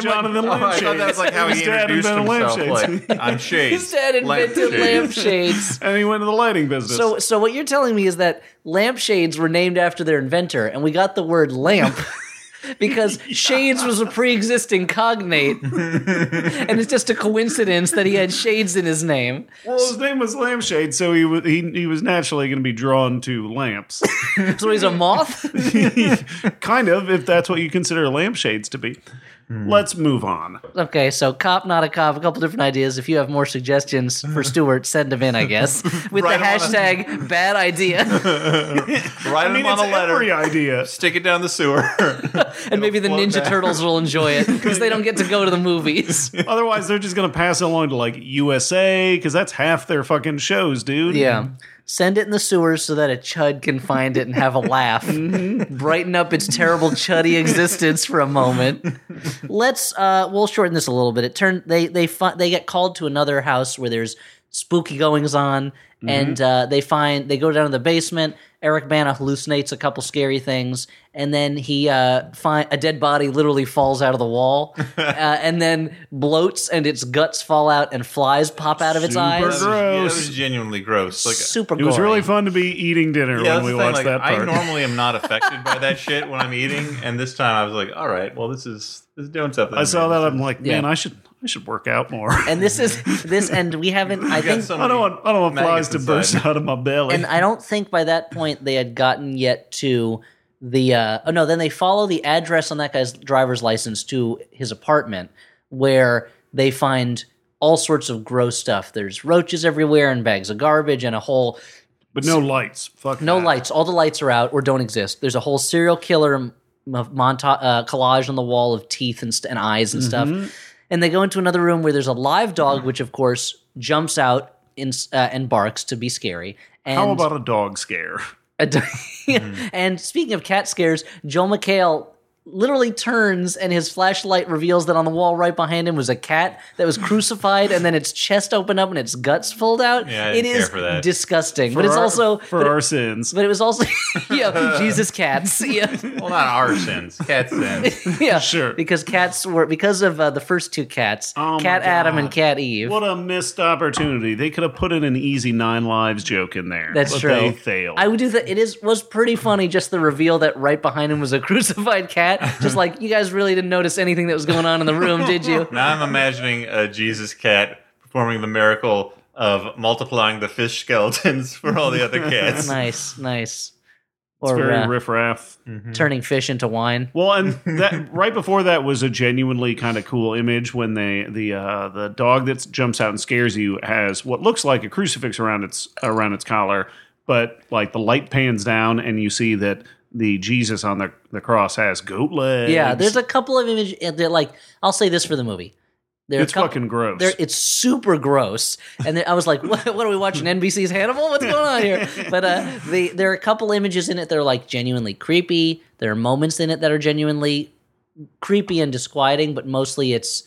A: Jonathan
C: Oh, I thought that
A: Lampshades.
C: was like how he
A: His dad
C: introduced
A: invented
C: himself.
A: lampshades.
C: Like, I'm Shades.
B: His dad invented lampshades.
A: and he went into the lighting business.
B: So, so what you're telling me is that lampshades were named after their inventor, and we got the word lamp because shades was a pre-existing cognate, and it's just a coincidence that he had shades in his name.
A: well, his name was Lampshade, so he was he, he was naturally going to be drawn to lamps.
B: So he's a moth.
A: kind of, if that's what you consider lampshades to be.
C: Hmm.
A: Let's move on.
B: Okay, so cop, not a cop. A couple different ideas. If you have more suggestions for Stewart, send them in. I guess with
C: Write
B: the
C: 'em on a-
B: hashtag bad idea,
C: Write
A: I mean,
C: him
A: it's
C: on a letter.
A: every idea.
C: Stick it down the sewer.
B: and maybe the
C: float
B: Ninja
C: down.
B: Turtles will enjoy it because they don't get to go to the movies.
A: Otherwise, they're just going to pass it along to like USA because that's half their fucking shows, dude.
B: Yeah. Mm-hmm. Send it in the sewers so that a chud can find it and have a laugh. Brighten up its terrible chuddy existence for a moment. Let's uh we'll shorten this a little bit. It turned they they fi- they get called to another house where there's spooky goings on and uh they find they go down to the basement. Eric Bana hallucinates a couple scary things and then he uh find a dead body literally falls out of the wall uh, and then bloats and its guts fall out and flies pop out of its
A: Super
B: eyes.
C: That was- yeah, that
A: Gross.
C: was genuinely gross. Like,
B: Super
A: It was
B: gory.
A: really fun to be eating dinner
C: Yeah,
A: when
C: that's
A: we
C: the thing,
A: watched
C: like,
A: that
C: I
A: part.
C: normally am not affected by that shit when I'm eating, and this time I was like, "All right, well, this is this is doing something."
A: I saw that. I'm like,
B: Yeah.
A: man, I should I should work out more.
B: and this is this and we haven't i
C: I
B: think
A: I don't want I don't want flies
C: Maggots
A: to
C: inside.
A: burst out of my belly.
B: and i don't think by that point they had gotten yet to the uh oh no then they follow the address on that guy's driver's license to his apartment where they find all sorts of gross stuff there's roaches everywhere and bags of garbage and a whole
A: but no lights. Fuck.
B: no
A: that.
B: lights all the lights are out or don't exist there's a whole serial killer m- m- monta- uh, collage on the wall of teeth and, st- and eyes and
C: Mm-hmm.
B: stuff and they go into another room where there's a live dog which of course jumps out in, s- uh, and barks to be scary and
A: How about a dog scare?
C: Mm-hmm.
B: a d- and speaking of cat scares joel mchale literally turns and his flashlight reveals that on the wall right behind him was a cat that was crucified and then its chest opened up and its guts pulled out.
C: Yeah, I
B: it
C: didn't care
B: is
C: for that.
B: disgusting, but it's
A: For our-
B: also
A: for our sins.
B: but it was also yeah, Jesus cats. Yeah.
C: Well, not our sins, cat sins.
B: yeah,
A: Sure.
B: Because cats were because of uh, the first two cats,
A: Oh my
B: Cat Adam
A: God.
B: and Cat Eve.
A: What a missed opportunity! They could have put in an easy nine lives joke in there.
B: That's
A: but
B: true.
A: They failed.
B: I would do that. It is was pretty funny just the reveal that right behind him was a crucified cat. Just like you guys really didn't notice anything that was going on in the room, did you?
C: Now I'm imagining a Jesus cat performing the miracle of multiplying the fish skeletons for all the other cats.
B: nice, nice.
A: it's
B: Or
A: very
B: uh,
A: riffraff.
B: turning fish into wine.
A: Well, and that right before that was a genuinely kind of cool image when they the uh, the dog that jumps out and scares you has what looks like a crucifix around its around its collar, but like the light pans down and you see that the Jesus on the the cross has goat legs.
B: Yeah, there's a couple of images. They're like, I'll say this for the movie. There are
A: it's
B: a couple-
A: fucking gross.
B: They're, it's super gross, and then I was like, what, "What are we watching? NBC's Hannibal? What's going on here?" But uh, they, there are a couple images in it that are like genuinely creepy. There are moments in it that are genuinely creepy and disquieting, but mostly it's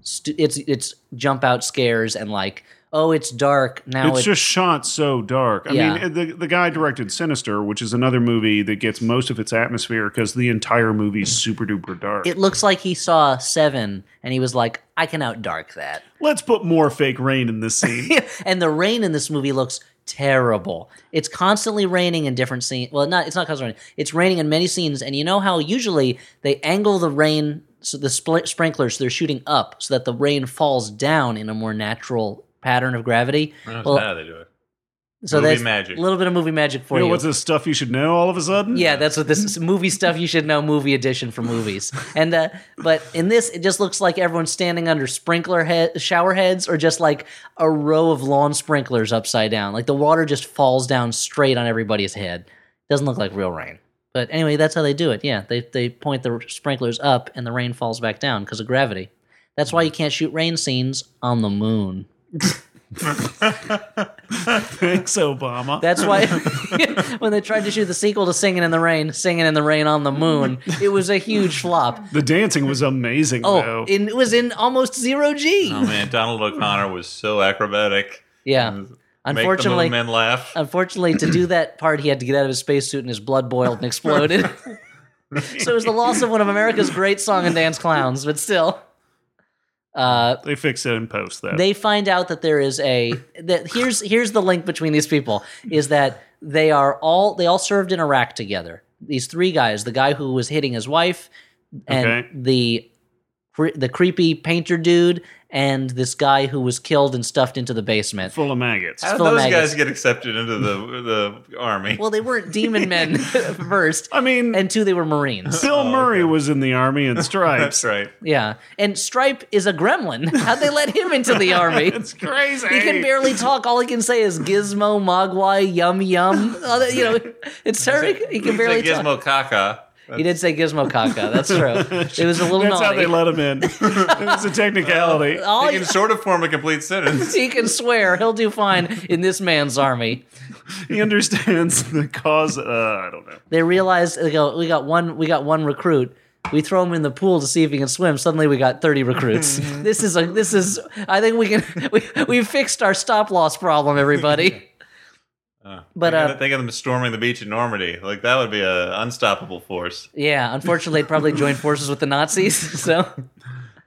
B: stu- it's it's jump out scares and like, "Oh, it's dark now."
A: it's
B: it-
A: just shot so dark. I
B: Yeah.
A: mean, the the guy directed Sinister, which is another movie that gets most of its atmosphere because the entire movie's super duper dark.
B: it looks like he saw Seven, and he was like, "I can out dark that."
A: Let's put more fake rain in this scene.
B: and the rain in this movie looks terrible. It's constantly raining in different scenes. Well, not it's not constantly raining. It's raining in many scenes, and you know how usually they angle the rain, so the spl- sprinklers they're shooting up, so that the rain falls down in a more natural pattern of gravity.
C: That's
B: Well,
C: how they do it.
B: so
C: movie
B: that's
C: magic.
B: a little bit of movie magic for
A: You know,
B: you.
A: what's this stuff you should know all of a sudden?
B: yeah, that's what this is. movie stuff you should know. Movie edition for movies, and uh, but in this, it just looks like everyone's standing under sprinkler head, shower heads, or just like a row of lawn sprinklers upside down. Like the water just falls down straight on everybody's head. Doesn't look like real rain. But anyway, that's how they do it. Yeah, they they point the sprinklers up, and the rain falls back down because of gravity. That's why you can't shoot rain scenes on the moon.
A: Thanks, Obama.
B: That's why when they tried to shoot the sequel to Singing in the Rain, Singing in the Rain on the Moon, it was a huge flop.
A: the dancing was amazing,
B: Oh,
A: though.
B: in, it was in almost zero G.
C: Oh man, Donald O'Connor was so acrobatic.
B: yeah.
C: Make the
B: Unfortunately,
C: men laugh.
B: unfortunately, to do that part, he had to get out of his spacesuit and his blood boiled and exploded. so it was the loss of one of America's great song and dance clowns, but still. Uh,
A: they fixed it in post, though.
B: they find out that there is a that here's here's the link between these people is that they are all they all served in Iraq together. These three guys, the guy who was hitting his wife, and
A: Okay.
B: the cre- the creepy painter dude, and this guy who was killed and stuffed into the basement.
A: Full of maggots.
C: How did
B: Phil
C: those
B: Magus.
C: guys get accepted into the the army?
B: Well, they weren't demon men first,
A: I mean,
B: and two, they were Marines.
A: Bill Murray was in the army in
C: Oh, That's
A: stripes.
C: right.
B: Yeah, and Stripe is a gremlin. How'd they let him into the army?
A: It's crazy.
B: He can barely talk. All he can say is gizmo, mogwai, yum yum. Other- you know, it's very. He can barely
C: Like
B: talk.
C: Gizmo Kaka.
B: He did say gizmo caca. That's true. It was a little Uh,
A: That's how
B: naughty.
A: they let him in. it was a technicality.
B: all
C: He can sort of form a complete sentence.
B: he can swear he'll do fine in this man's army.
A: He understands the cause. Uh, I don't know.
B: They realize they go, we got one, we got one recruit. We throw him in the pool to see if he can swim. Suddenly, we got thirty recruits. this is a, this is. I think we can. We we fixed our stop loss problem, everybody. But,
C: I
B: uh,
C: think of them storming the beach in Normandy. Like that would be an unstoppable force.
B: Yeah, unfortunately, it probably joined forces with the Nazis. So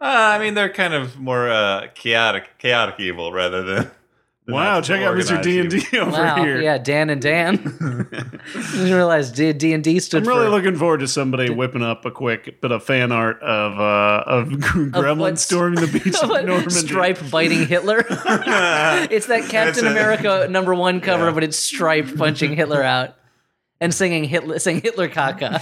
C: Uh, I mean, they're kind of more uh, chaotic, chaotic evil rather than. than
A: Wow,
C: actual
A: check out Mr.
C: organized
A: D and
C: evil.
A: D over
B: Wow.
A: here.
B: Yeah, Dan and Dan. Didn't realize D and D stood
A: I'm really
B: for
A: looking forward to somebody whipping up a quick bit of fan art of uh, of Gremlin
B: what-
A: storming the beach of
B: What?
A: Normandy.
B: Stripe biting Hitler. it's that Captain
C: a-
B: America number one cover, but it's Stripe punching Hitler out and singing Hitler, saying Hitler caca,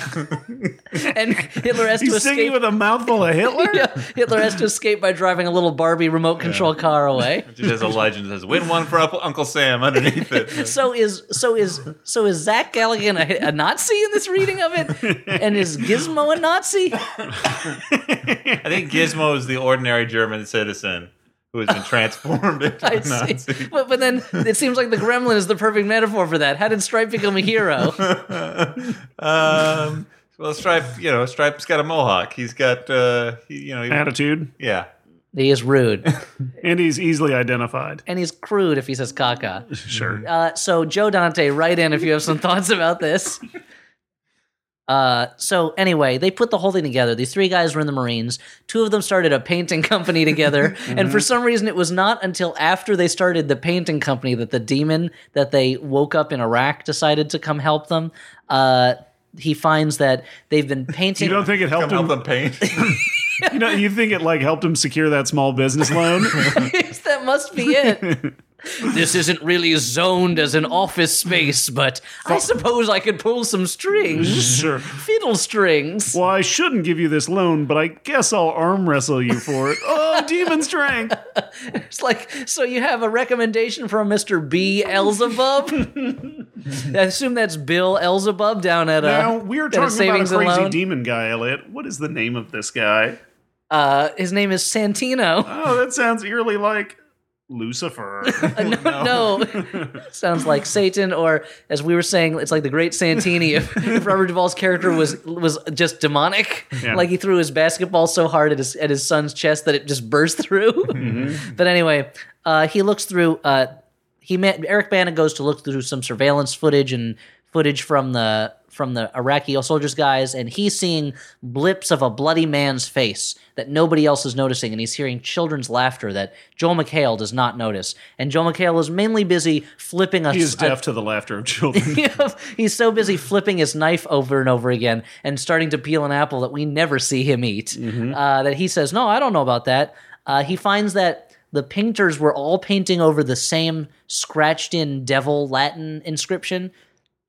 B: and Hitler has to
A: He's
B: escape.
A: singing with a mouthful of Hitler.
B: Yeah, Hitler has to escape by driving a little Barbie remote control car away.
C: It has a legend that says "Win one for Uncle Uncle Sam" underneath it.
B: So is so is so is Zach Galligan a, a Nazi in this reading of it, and is Gizmo a Nazi?
C: I think Gizmo is the ordinary German citizen who has been transformed into
B: I
C: a Nazi.
B: see. But, but then it seems like the gremlin is the perfect metaphor for that. How did Stripe become a hero?
C: Um, Well, Stripe, you know, Stripe's got a mohawk. He's got, uh, he, you know, he,
A: Attitude,
C: yeah.
B: He is rude.
A: and he's easily identified.
B: and he's crude if he says caca.
A: Sure.
B: Uh, so, Joe Dante, write in if you have some thoughts about this. Uh, so, anyway, they put the whole thing together. These three guys were in the Marines. Two of them started a painting company together. And for some reason, it was not until after they started the painting company that the demon that they woke up in Iraq decided to come help them. Uh, he finds that they've been painting.
A: You don't think it
C: Come
A: helped
C: help
A: him?
C: them paint.
A: You, know, you think it like helped him secure that small business loan?
B: Yes, that must be it. this isn't really zoned as an office space, but I suppose I could pull some strings.
A: sure.
B: Fiddle strings.
A: Well, I shouldn't give you this loan, but I guess I'll arm wrestle you for it. Oh, demon strength.
B: It's like, so you have a recommendation from Mr. B. Elzebub? I assume that's Bill Elzebub down at,
A: Now,
B: uh,
A: we're
B: at a
A: talking about a
B: savings
A: crazy
B: and loan.
A: demon guy, Elliot. What is the name of this guy?
B: uh, his name is Santino.
A: Oh, that sounds eerily like Lucifer.
B: Uh, no, no. sounds like Satan, or as we were saying, it's like the Great Santini. If, if Robert Duvall's character was was just demonic,
A: Yeah.
B: like he threw his basketball so hard at his at his son's chest that it just burst through. But anyway, uh, he looks through. Uh, he met Eric Bana goes to look through some surveillance footage and footage from the from the Iraqi soldiers guys, and he's seeing blips of a bloody man's face that nobody else is noticing, and he's hearing children's laughter that Joel McHale does not notice, and Joel McHale is mainly busy flipping a,
A: he is
B: a
A: deaf to the laughter of children.
B: he's so busy flipping his knife over and over again and starting to peel an apple that we never see him eat uh, that he says no i don't know about that uh, he finds that the painters were all painting over the same scratched in devil latin inscription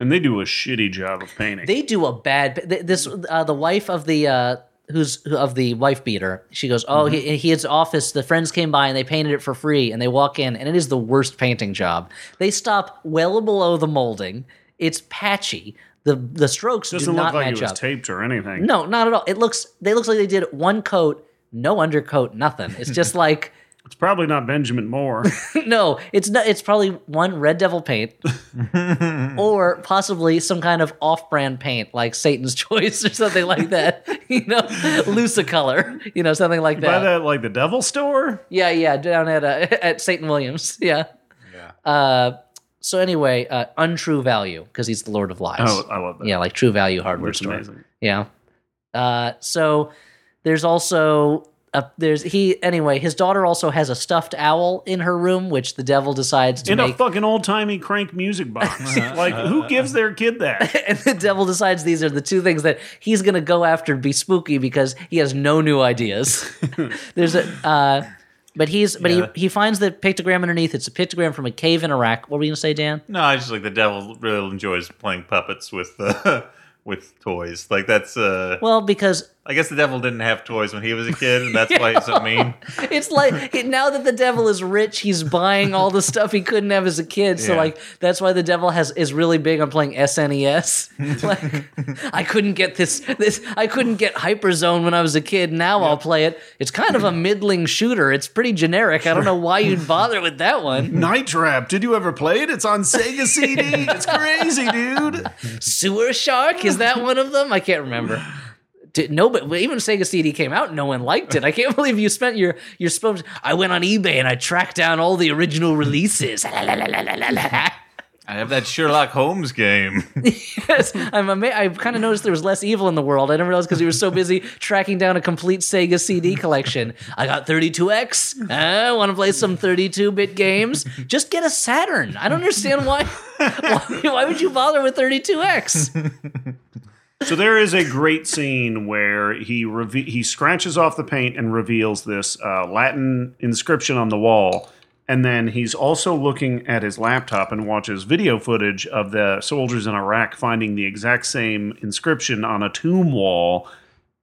A: and they do a shitty job of painting.
B: they do a bad th- this
A: Mm-hmm.
B: uh, the wife of the uh Who's who- of the wife beater? She goes, Oh,
A: Mm-hmm.
B: he, he his office. The friends came by and they painted it for free. And they walk in, and it is the worst painting job. They stop well below the molding. It's patchy. The the strokes do
A: doesn't
B: not
A: look like
B: match
A: it was
B: up.
A: taped or anything.
B: no, not at all. It looks they looks like they did one coat, no undercoat, nothing. It's just like
A: It's probably not Benjamin Moore.
B: no, it's not. It's probably one Red Devil paint, or possibly some kind of off-brand paint like Satan's Choice or something like that. you know, Lucicolor. You know, something like
A: By
B: that.
A: that, like the devil store?
B: Yeah, yeah, down at uh, at Saint Williams. Yeah.
C: Yeah.
B: Uh, so anyway, uh, untrue value because he's the Lord of Lies.
A: Oh, I love that.
B: yeah, like True Value hardware
A: It's
B: store.
A: amazing.
B: Yeah. Uh, so there's also a, there's he anyway. His daughter also has a stuffed owl in her room, which the devil decides to
A: In a
B: make.
A: fucking old timey crank music box. like, who gives their kid that?
B: and the devil decides these are the two things that he's going to go after and be spooky because he has no new ideas. There's a. Uh, but he's but
C: Yeah.
B: he, he finds the pictogram underneath. It's a pictogram from a cave in Iraq. What were you gonna say, Dan?
C: No, I just like the devil really enjoys playing puppets with uh, with toys. Like that's uh
B: Well, because
C: I guess the devil didn't have toys when he was a kid, and that's why he's so mean.
B: it's like he- now that the devil is rich, he's buying all the stuff he couldn't have as a kid. So
C: Yeah.
B: like that's why the devil has is really big on playing SNES. like I couldn't get this this I couldn't get Hyperzone when I was a kid. Now I'll play it. It's kind of a middling shooter. It's pretty generic. I don't know why you'd bother with that one.
A: Night Trap. Did you ever play it? It's on Sega CD. It's crazy, dude.
B: Sewer Shark is that one of them? I can't remember. Did, no, but even Sega CD came out. No one liked it. I can't believe you spent your your. Sp- I went on eBay and I tracked down all the original releases. La, la, la, la, la, la, la.
C: I have that Sherlock Holmes game.
B: yes, I'm ama- I kind of noticed there was less evil in the world. I didn't realize because we were so busy tracking down a complete Sega CD collection. I got 32X. I want to play some 32-bit games. Just get a Saturn. I don't understand why. Why, why would you bother with 32X?
A: So there is a great scene where he reve- he scratches off the paint and reveals this uh, Latin inscription on the wall, and then he's also looking at his laptop and watches video footage of the soldiers in Iraq finding the exact same inscription on a tomb wall.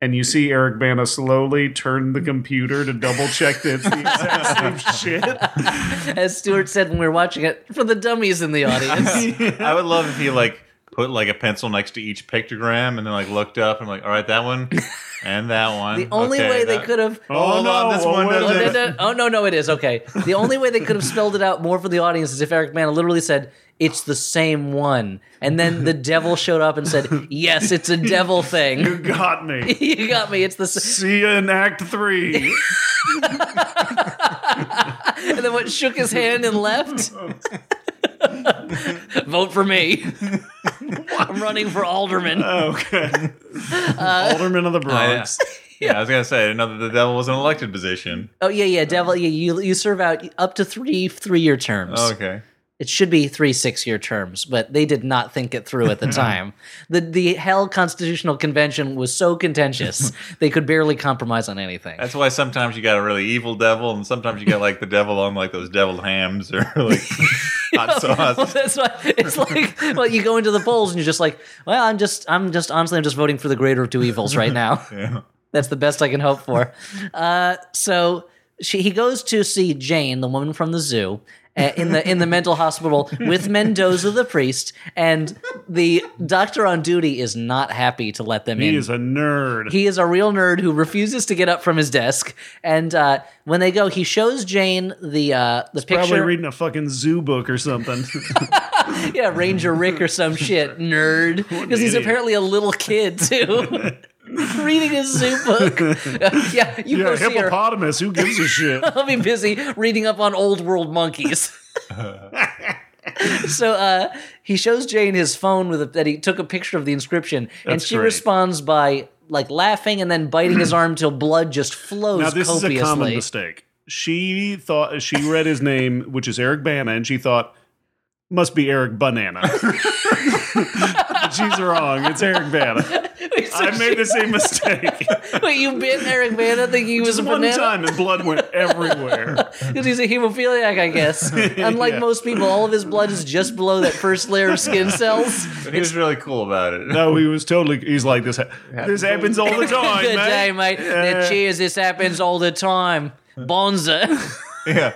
A: And you see Eric Bana slowly turn the computer to double check that it's the exact same shit.
B: As Stuart said when we were watching it, for the dummies in the audience.
C: I would love if he like put like a pencil next to each pictogram and then like looked up and like, all right, that one and that one.
B: The only
C: Okay,
B: way they
C: that-
B: could have.
C: Oh, hold
A: no,
C: on, this
A: oh,
C: one
A: wait a
B: Oh,
C: doesn't.
B: no, no, oh, no, no, it is. Okay. The only way they could have spelled it out more for the audience is if Eric Bana literally said, it's the same one. And then the devil showed up and said, yes, it's a devil
A: You
B: thing.
A: got me.
B: you got me. It's the same.
A: See you in Act Three.
B: And then what shook his hand and left? Vote for me. I'm running for alderman.
C: Uh,
A: Okay. Alderman of the Bronx.
C: Yeah, I was gonna say another. The devil was an elected position.
B: Oh yeah, yeah, devil. Yeah, you you serve out up to three three year terms.
C: okay.
B: It should be three six year terms, but they did not think it through at the time. the The Hell Constitutional Convention was so contentious they could barely compromise on anything.
C: That's why sometimes you got a really evil devil, and sometimes you got like the devil on like those deviled hams or like hot
A: uh,
B: well,
C: sauce.
B: that's why it's like well, you go into the polls and you're just like, well, I'm just, I'm just honestly, I'm just voting for the greater of two evils right now.
C: Yeah.
B: That's the best I can hope for. Uh, so she, he goes to see Jane, the woman from the zoo, uh, in the in the mental hospital with Mendoza the priest, and the doctor on duty is not happy to let them
A: He
B: in.
A: is a nerd.
B: He is a real nerd who refuses to get up from his desk. And uh, when they go, he shows Jane the uh, the
A: Probably
B: picture.
A: reading a fucking zoo book or something.
B: yeah, Ranger Rick or some shit, nerd. Because he's
A: idiot.
B: apparently a little kid too. Reading his zoo book. yeah, you
A: yeah,
B: go see her.
A: hippopotamus. Who gives a shit?
B: I'll be busy reading up on old world monkeys. so uh, he shows Jane his phone with a, that he took a picture of the inscription, and
A: That's
B: she
A: great.
B: responds by like laughing and then biting his arm till blood just flows
A: Now this
B: copiously.
A: is a common mistake. She thought she read his name, which is Eric Bana, and she thought must be Eric Banana. She's wrong. It's Eric Bana.
B: Wait, so
A: I made the same mistake
B: she- wait, you bit Eric Bana thinking he was a
A: one
B: banana?
A: time, and blood went everywhere.
B: Because he's a hemophiliac, I guess. Unlike
A: Yeah.
B: most people, all of his blood is just below that first layer of skin cells.
C: But he was really cool about it.
A: No, he was totally. He's like this. ha- This happens all the time,
B: Good
A: mate.
B: day, mate.
A: Yeah.
B: cheers, this happens all the time. Bonza.
C: Yeah.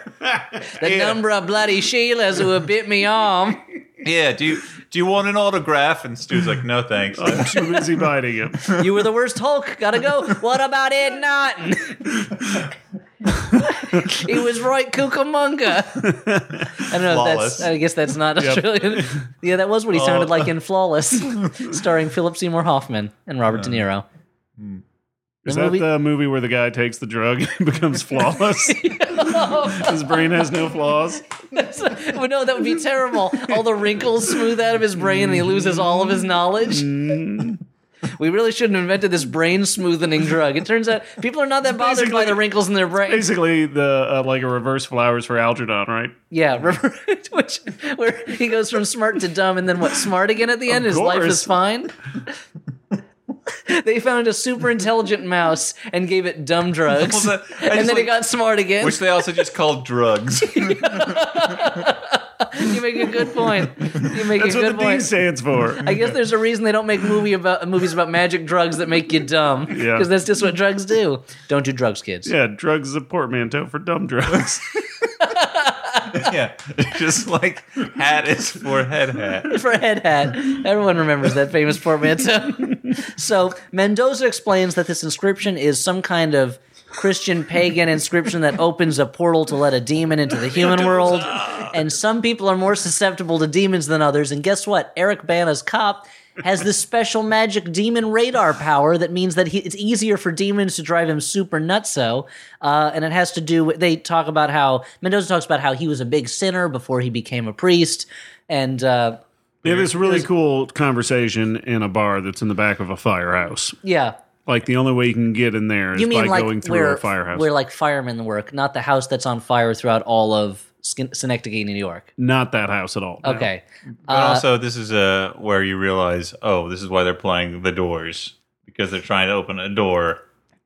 B: The number of bloody Sheilas who have bit me arm.
C: Yeah. Do you do you want an autograph? And Stu's like, no, thanks.
A: I'm too busy biting him.
B: You were the worst Hulk. Gotta go. What about Ed Norton? he was right Cucamonga. I don't know. That's,
C: Flawless.
B: I guess that's not Australian. Yeah, that was what he sounded
A: Uh,
B: like in Flawless, starring Philip Seymour Hoffman and Robert De Niro.
A: Hmm. Is
B: The
A: that
B: movie-
A: the movie where the guy takes the drug and becomes flawless? His brain has no flaws.
B: Well, no, that would be terrible. All the wrinkles smooth out of his brain and he loses all of his knowledge.
A: Hmm.
B: We really shouldn't have invented this brain smoothening drug. It turns out people are not that bothered by
A: basically-
B: the wrinkles in their brain.
A: Basically, the uh, like a reverse flowers for Algernon, right?
B: Yeah, rever- which where he goes from smart to dumb and then what smart again at the end? His life
A: course.
B: is fine. they found a super intelligent mouse and gave it dumb drugs.
C: Well, that- I
B: and
C: just
B: then it
C: like-
B: got smart again.
C: Which they also just called drugs.
B: you make a good point. You make
A: That's
B: a
A: what
B: good
A: the D
B: point.
A: stands for.
B: I guess there's a reason they don't make movie about movies about magic drugs that make you dumb. Because
A: Yeah.
B: that's just what drugs do. Don't do drugs, kids.
A: Yeah, drugs is a portmanteau for dumb drugs.
C: yeah. Just like hat is for head hat.
B: For a head hat, everyone remembers that famous portmanteau. so Mendoza explains that this inscription is some kind of Christian pagan inscription that opens a portal to let a demon into the human world. And some people are more susceptible to demons than others. And guess what? Eric Bana's cop has this special magic demon radar power that means that he, it's easier for demons to drive him super nutso. Uh, and it has to do with, they talk about how, Mendoza talks about how he was a big sinner before he became a priest. And, uh,
A: They have this really cool conversation in a bar that's in the back of a firehouse.
B: yeah.
A: Like the only way you can get in there is
B: You mean
A: by
B: like
A: going through
B: where,
A: a firehouse.
B: where like firemen work, not the house that's on fire throughout all of Skin- Schenectady, New York.
A: Not that house at all. no.
B: Okay.
C: But also, this is uh, where you realize, oh, this is why they're playing the doors because they're trying to open a door, to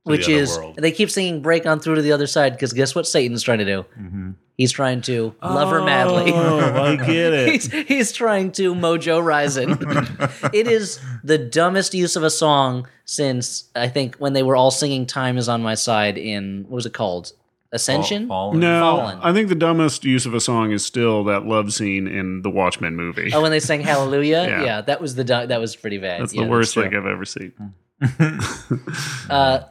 B: Which
C: the other
B: is,
C: world.
B: they keep singing break on through to the other side because guess what Satan's trying to do?
A: Mm-hmm.
B: He's trying to love her madly.
A: Oh, I get it.
B: he's, he's trying to mojo Rising. it is the dumbest use of a song since I think when they were all singing Time is on My Side in, what was it called? Ascension?
C: Fallen.
A: No,
B: Fallen.
A: I think the dumbest use of a song is still that love scene in the Watchmen movie.
B: Oh, when they sang Hallelujah? yeah.
A: Yeah.
B: that was the du- that was pretty bad.
A: that's
B: Yeah,
A: the worst
B: true.
A: thing I've ever seen.
B: Uh,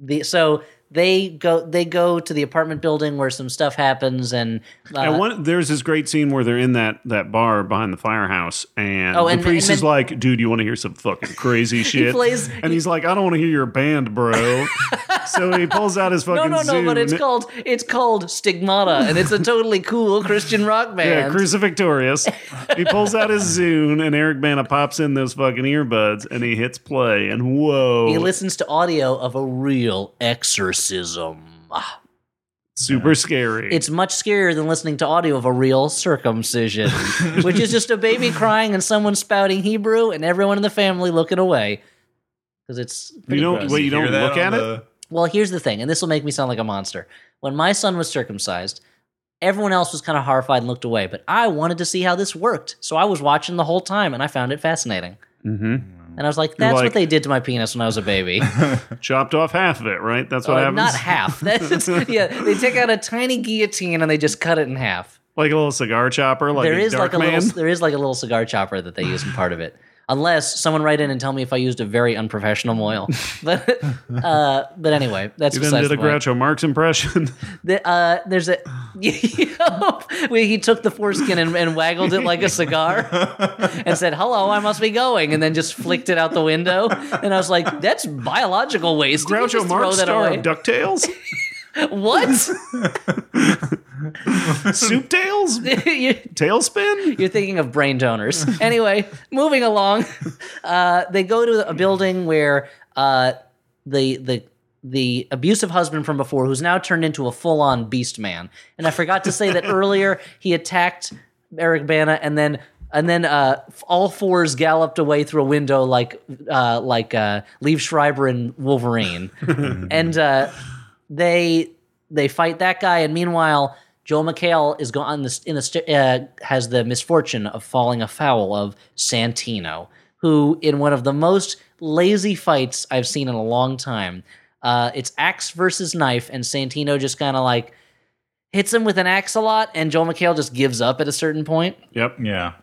B: the so they go they go to the apartment building where some stuff happens and uh,
A: I want, there's this great scene where they're in that, that bar behind the firehouse, and
B: Oh,
A: the
B: and-
A: priest
B: and
A: is
B: then-
A: like, "Dude, you want to hear some fucking crazy shit?"
B: plays-
A: and he's like, "I don't want to hear your band, bro." so he pulls out his
B: no
A: fucking
B: no no
A: Zoom
B: but it's
A: and-
B: called it's called Stigmata and it's a totally cool Christian rock band.
A: yeah, crucifixorious. he pulls out his Zune, and Eric Bana pops in those fucking earbuds, and he hits play, and whoa,
B: he listens to audio of a real exorcism.
A: super scary.
B: It's much scarier than listening to audio of a real circumcision, which is just a baby crying and someone spouting Hebrew and everyone in the family looking away. Because it's pretty
A: you don't
B: gross.
A: wait. You
C: Hear
A: don't
C: that
A: look at
C: on
A: it.
C: the-
B: Well, here's the thing, and this will make me sound like a monster. When my son was circumcised, everyone else was kind of horrified and looked away, but I wanted to see how this worked. So I was watching the whole time and I found it fascinating.
A: Mm-hmm.
B: And I was like, that's
A: like-
B: what they did to my penis when I was a baby.
A: Chopped off half of it, right? That's what
B: Uh,
A: happens.
B: not half. That's, yeah, they take out a tiny guillotine and they just cut it in half.
A: like a little cigar chopper, like
B: there
A: a
B: is
A: dark
B: like a
A: man.
B: little there is like a little cigar chopper that they use in part of it. Unless someone write in and tell me if I used a very unprofessional moil. But uh, but anyway, that's
A: You then
B: besides
A: did
B: the
A: a
B: point.
A: Groucho Marx impression.
B: The, uh, there's a where he took the foreskin and, and waggled it like a cigar and said, "Hello, I must be going," and then just flicked it out the window. And I was like, "That's biological waste." Did you
A: Groucho
B: just
A: Marx,
B: throw that
A: star
B: away?
A: of Ducktales,
B: what?
A: Soup Tales,
B: You-
A: Tailspin.
B: You're thinking of brain donors. Anyway, moving along, uh, they go to a building where uh, the the the abusive husband from before, who's now turned into a full on beast man, and I forgot to say that earlier he attacked Eric Bana, and then and then uh, f- all fours galloped away through a window like uh, like uh, Leave Schreiber and Wolverine, and. Uh, they they fight that guy, and meanwhile, Joel McHale is gone this in the st- uh, has the misfortune of falling afoul of Santino, who in one of the most lazy fights I've seen in a long time. Uh, it's axe versus knife, and Santino just kind of like hits him with an axe a lot, and Joel McHale just gives up at a certain point.
A: Yep.
C: Yeah.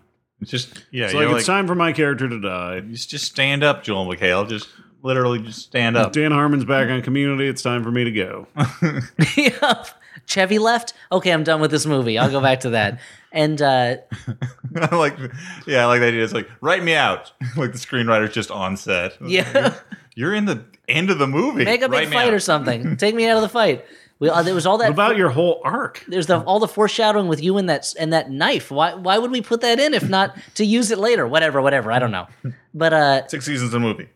C: It's just yeah,
A: It's
C: you're
A: like
C: like,
A: it's time for my character to die.
C: just just stand up, Joel McHale. Just literally just stand up.
A: Dan Harmon's back on Community. It's time for me to go.
B: Yep. Chevy left. Okay, I'm done with this movie. I'll go back to that. And uh,
C: like yeah, I like the idea. It's like write me out. like the screenwriter's just on set.
B: yeah.
C: You're in the end of the movie.
B: Make a big
C: Write me
B: fight
C: out.
B: or something. Take me out of the fight. We, uh, there was all that.
A: About your whole arc.
B: there's the, all the foreshadowing with you and that s- and that knife. Why why would we put that in if not to use it later? Whatever, whatever. I don't know. But uh,
C: Six seasons of movie.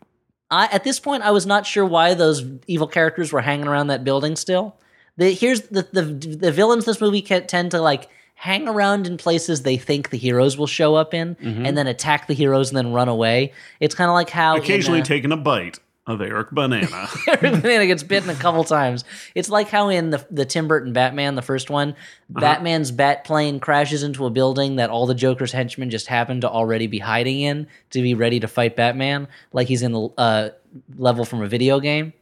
B: I, at this point, I was not sure why those evil characters were hanging around that building still. The, here's the, the the villains in this movie ca- tend to like hang around in places they think the heroes will show up in, and then attack the heroes and then run away. It's kind of like how in,
A: Occasionally
B: uh,
A: taking a bite of Eric Banana.
B: Eric Banana gets bitten a couple times. It's like how in the the Tim Burton Batman, the first one,
A: Uh-huh.
B: Batman's bat plane crashes into a building that all the Joker's henchmen just happen to already be hiding in to be ready to fight Batman, like he's in the uh, level from a video game.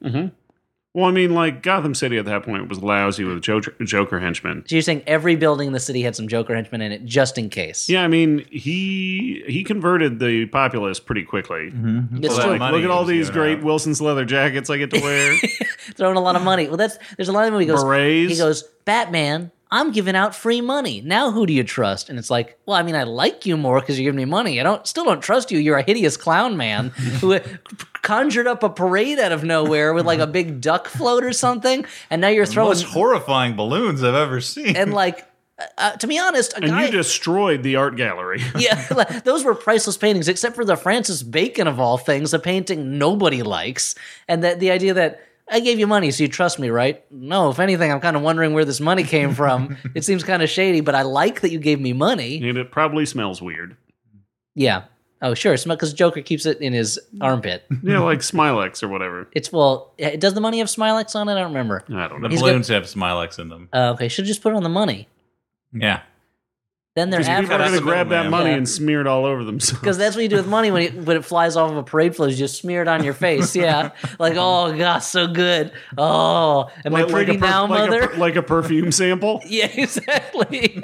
A: well, I mean, like Gotham City at that point was lousy with Joker, Joker henchmen.
B: So you're saying every building in the city had some Joker henchmen in it, just in case.
A: Yeah, I mean, he he converted the populace pretty quickly.
B: Mm-hmm. It's
C: Well,
B: true.
A: Like,
C: money
A: look at all
C: was
A: these
C: given
A: great
C: out.
A: Wilson's leather jackets I get to wear.
B: throwing a lot of money. Well, that's there's a lot of movie goes.
A: Berets.
B: He goes, Batman. I'm giving out free money. Now who do you trust? And it's like, well, I mean, I like you more because you give me money. I don't still don't trust you. You're a hideous clown man who conjured up a parade out of nowhere with like a big duck float or something, and now you're throwing
C: Most horrifying balloons I've ever seen.
B: and like. Uh, to be honest, a
A: and
B: guy,
A: you destroyed the art gallery.
B: yeah, like, those were priceless paintings, except for the Francis Bacon of all things, a painting nobody likes, and that the idea that I gave you money, so you trust me, right? No, if anything, I'm kind of wondering where this money came from. it seems kind of shady, but I like that you gave me money.
A: and it probably smells weird.
B: Yeah. Oh, sure. Because Joker keeps it in his armpit.
A: Yeah, like Smilex or whatever.
B: It's well, eh, does the money have Smilex on it? I don't remember.
A: I don't know.
C: the
B: He's
C: balloons have Smilex in them.
B: Uh, okay, should just put it on the money.
C: Yeah.
B: Then they're
A: Because people are going
B: advertising.
A: to grab that
C: middleman.
A: money
B: Yeah.
A: and smear it all over themselves.
B: Because that's what you do with money when it, when it flies off of a parade float. You just smear it on your face. Yeah. Like, oh, God, so good. Oh, am I
A: a
B: pretty
A: perf-
B: now,
A: like a
B: mother?
A: per- like a perfume sample.
B: yeah, exactly.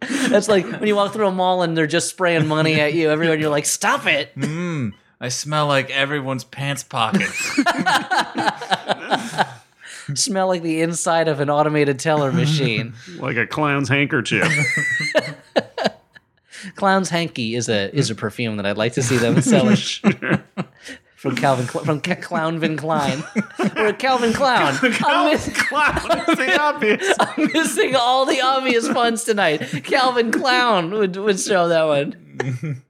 B: that's like when you walk through a mall and they're just spraying money at you everywhere and you're like, stop it.
C: I smell like everyone's pants pockets.
B: smell like the inside of an automated teller machine.
A: like a clown's handkerchief.
B: Clown's hanky is a is a perfume that I'd like to see them selling from Calvin Cl- from Ca- Clown Van Klein or Calvin Clown. I'm, miss-
A: Clown is the obvious.
B: I'm missing all the obvious puns tonight. Calvin Clown would would show that one.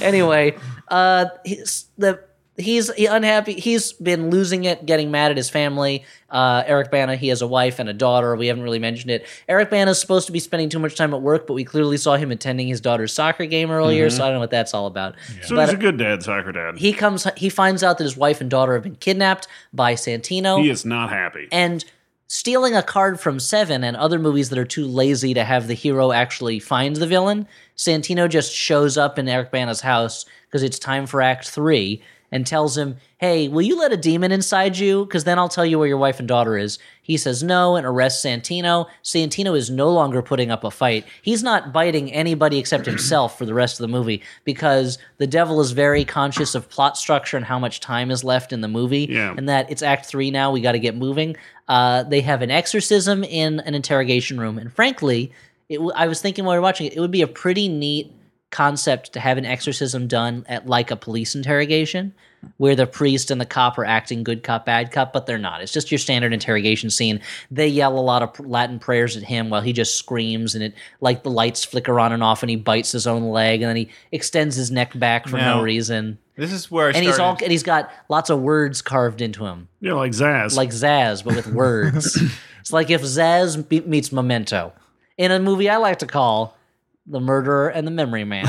B: anyway, uh, he's, the he's he unhappy. He's been losing it, getting mad at his family. Uh, Eric Bana, he has a wife and a daughter. We haven't really mentioned it. Eric Bana is supposed to be spending too much time at work, but we clearly saw him attending his daughter's soccer game earlier. So I don't know what that's all about.
A: So
B: But-
A: he's a good dad, soccer dad.
B: he comes he finds out that his wife and daughter have been kidnapped by Santino
A: He is not happy.
B: and stealing a card from Seven and other movies that are too lazy to have the hero actually find the villain. Santino just shows up in Eric Bana's house because it's time for Act 3 and tells him, "Hey, will you let a demon inside you? Cuz then I'll tell you where your wife and daughter is." He says no and arrests Santino. Santino is no longer putting up a fight. He's not biting anybody except himself for the rest of the movie because the devil is very conscious of plot structure and how much time is left in the movie
A: Yeah.
B: and that it's Act Three now. We got to get moving. Uh, they have an exorcism in an interrogation room, and frankly, it w- I was thinking while we were watching it, it would be a pretty neat concept to have an exorcism done at like a police interrogation, where the priest and the cop are acting good cop bad cop, but they're not. It's just your standard interrogation scene. They yell a lot of pr- Latin prayers at him while he just screams, and it like the lights flicker on and off, and he bites his own leg, and then he extends his neck back for no
C: Now-
B: reason.
C: This is where I
B: And
C: started.
B: he's all and he's got lots of words carved into him
A: Yeah, like Zaz.
B: like Zaz, but with words. it's like if Zaz be- meets Memento in a movie I like to call The Murderer and the Memory Man.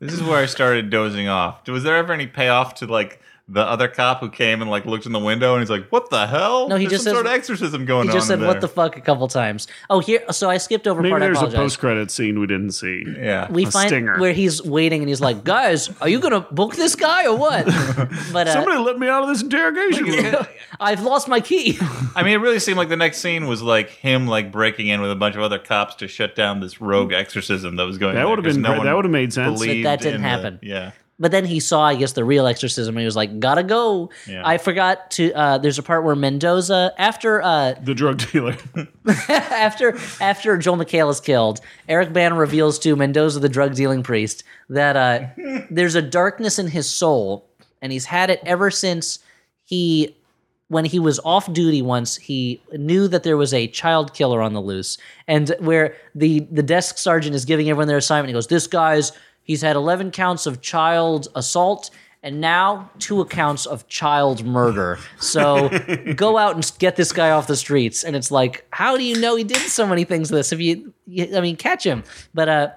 C: This is where I started dozing off. Was there ever any payoff to like the other cop who came and like looked in the window and he's like, "What the hell?"
B: No, he
C: There's
B: just
C: some
B: says-
C: sort of exorcism going
B: He
C: on.
B: just said
C: in
B: "What the
C: there."
B: fuck" a couple times. Oh, here. So I skipped over
A: Maybe
B: part. I
A: there's a
B: apologize.
A: post credit scene we didn't see.
C: yeah.
B: we
A: a
B: find
A: stinger.
B: where he's waiting and he's like, "Guys, are you gonna book this guy or what?" But uh,
A: Somebody let me out of this interrogation room.
B: I've lost my key.
C: I mean, it really seemed like the next scene was like him like breaking in with a bunch of other cops to shut down this rogue exorcism that was going.
A: That
C: on
A: would have been great. that would have made sense.
C: believed
B: But that didn't
C: in the-
B: happen.
C: yeah.
B: but then he saw, I guess, the real exorcism and he was like, "Gotta go."
C: Yeah.
B: I forgot to. Uh, there's a part where Mendoza, after uh,
A: The drug dealer.
B: after after Joel McHale is killed, Eric Bana reveals to Mendoza, the drug dealing priest, that uh, there's a darkness in his soul, and he's had it ever since he, when he was off duty once, he knew that there was a child killer on the loose, and where the the desk sergeant is giving everyone their assignment, he goes, "This guy's he's had 11 counts of child assault." And now two accounts of child murder. So go out and get this guy off the streets. And it's like, how do you know he did so many things? to This, if you, you I mean, catch him. But uh,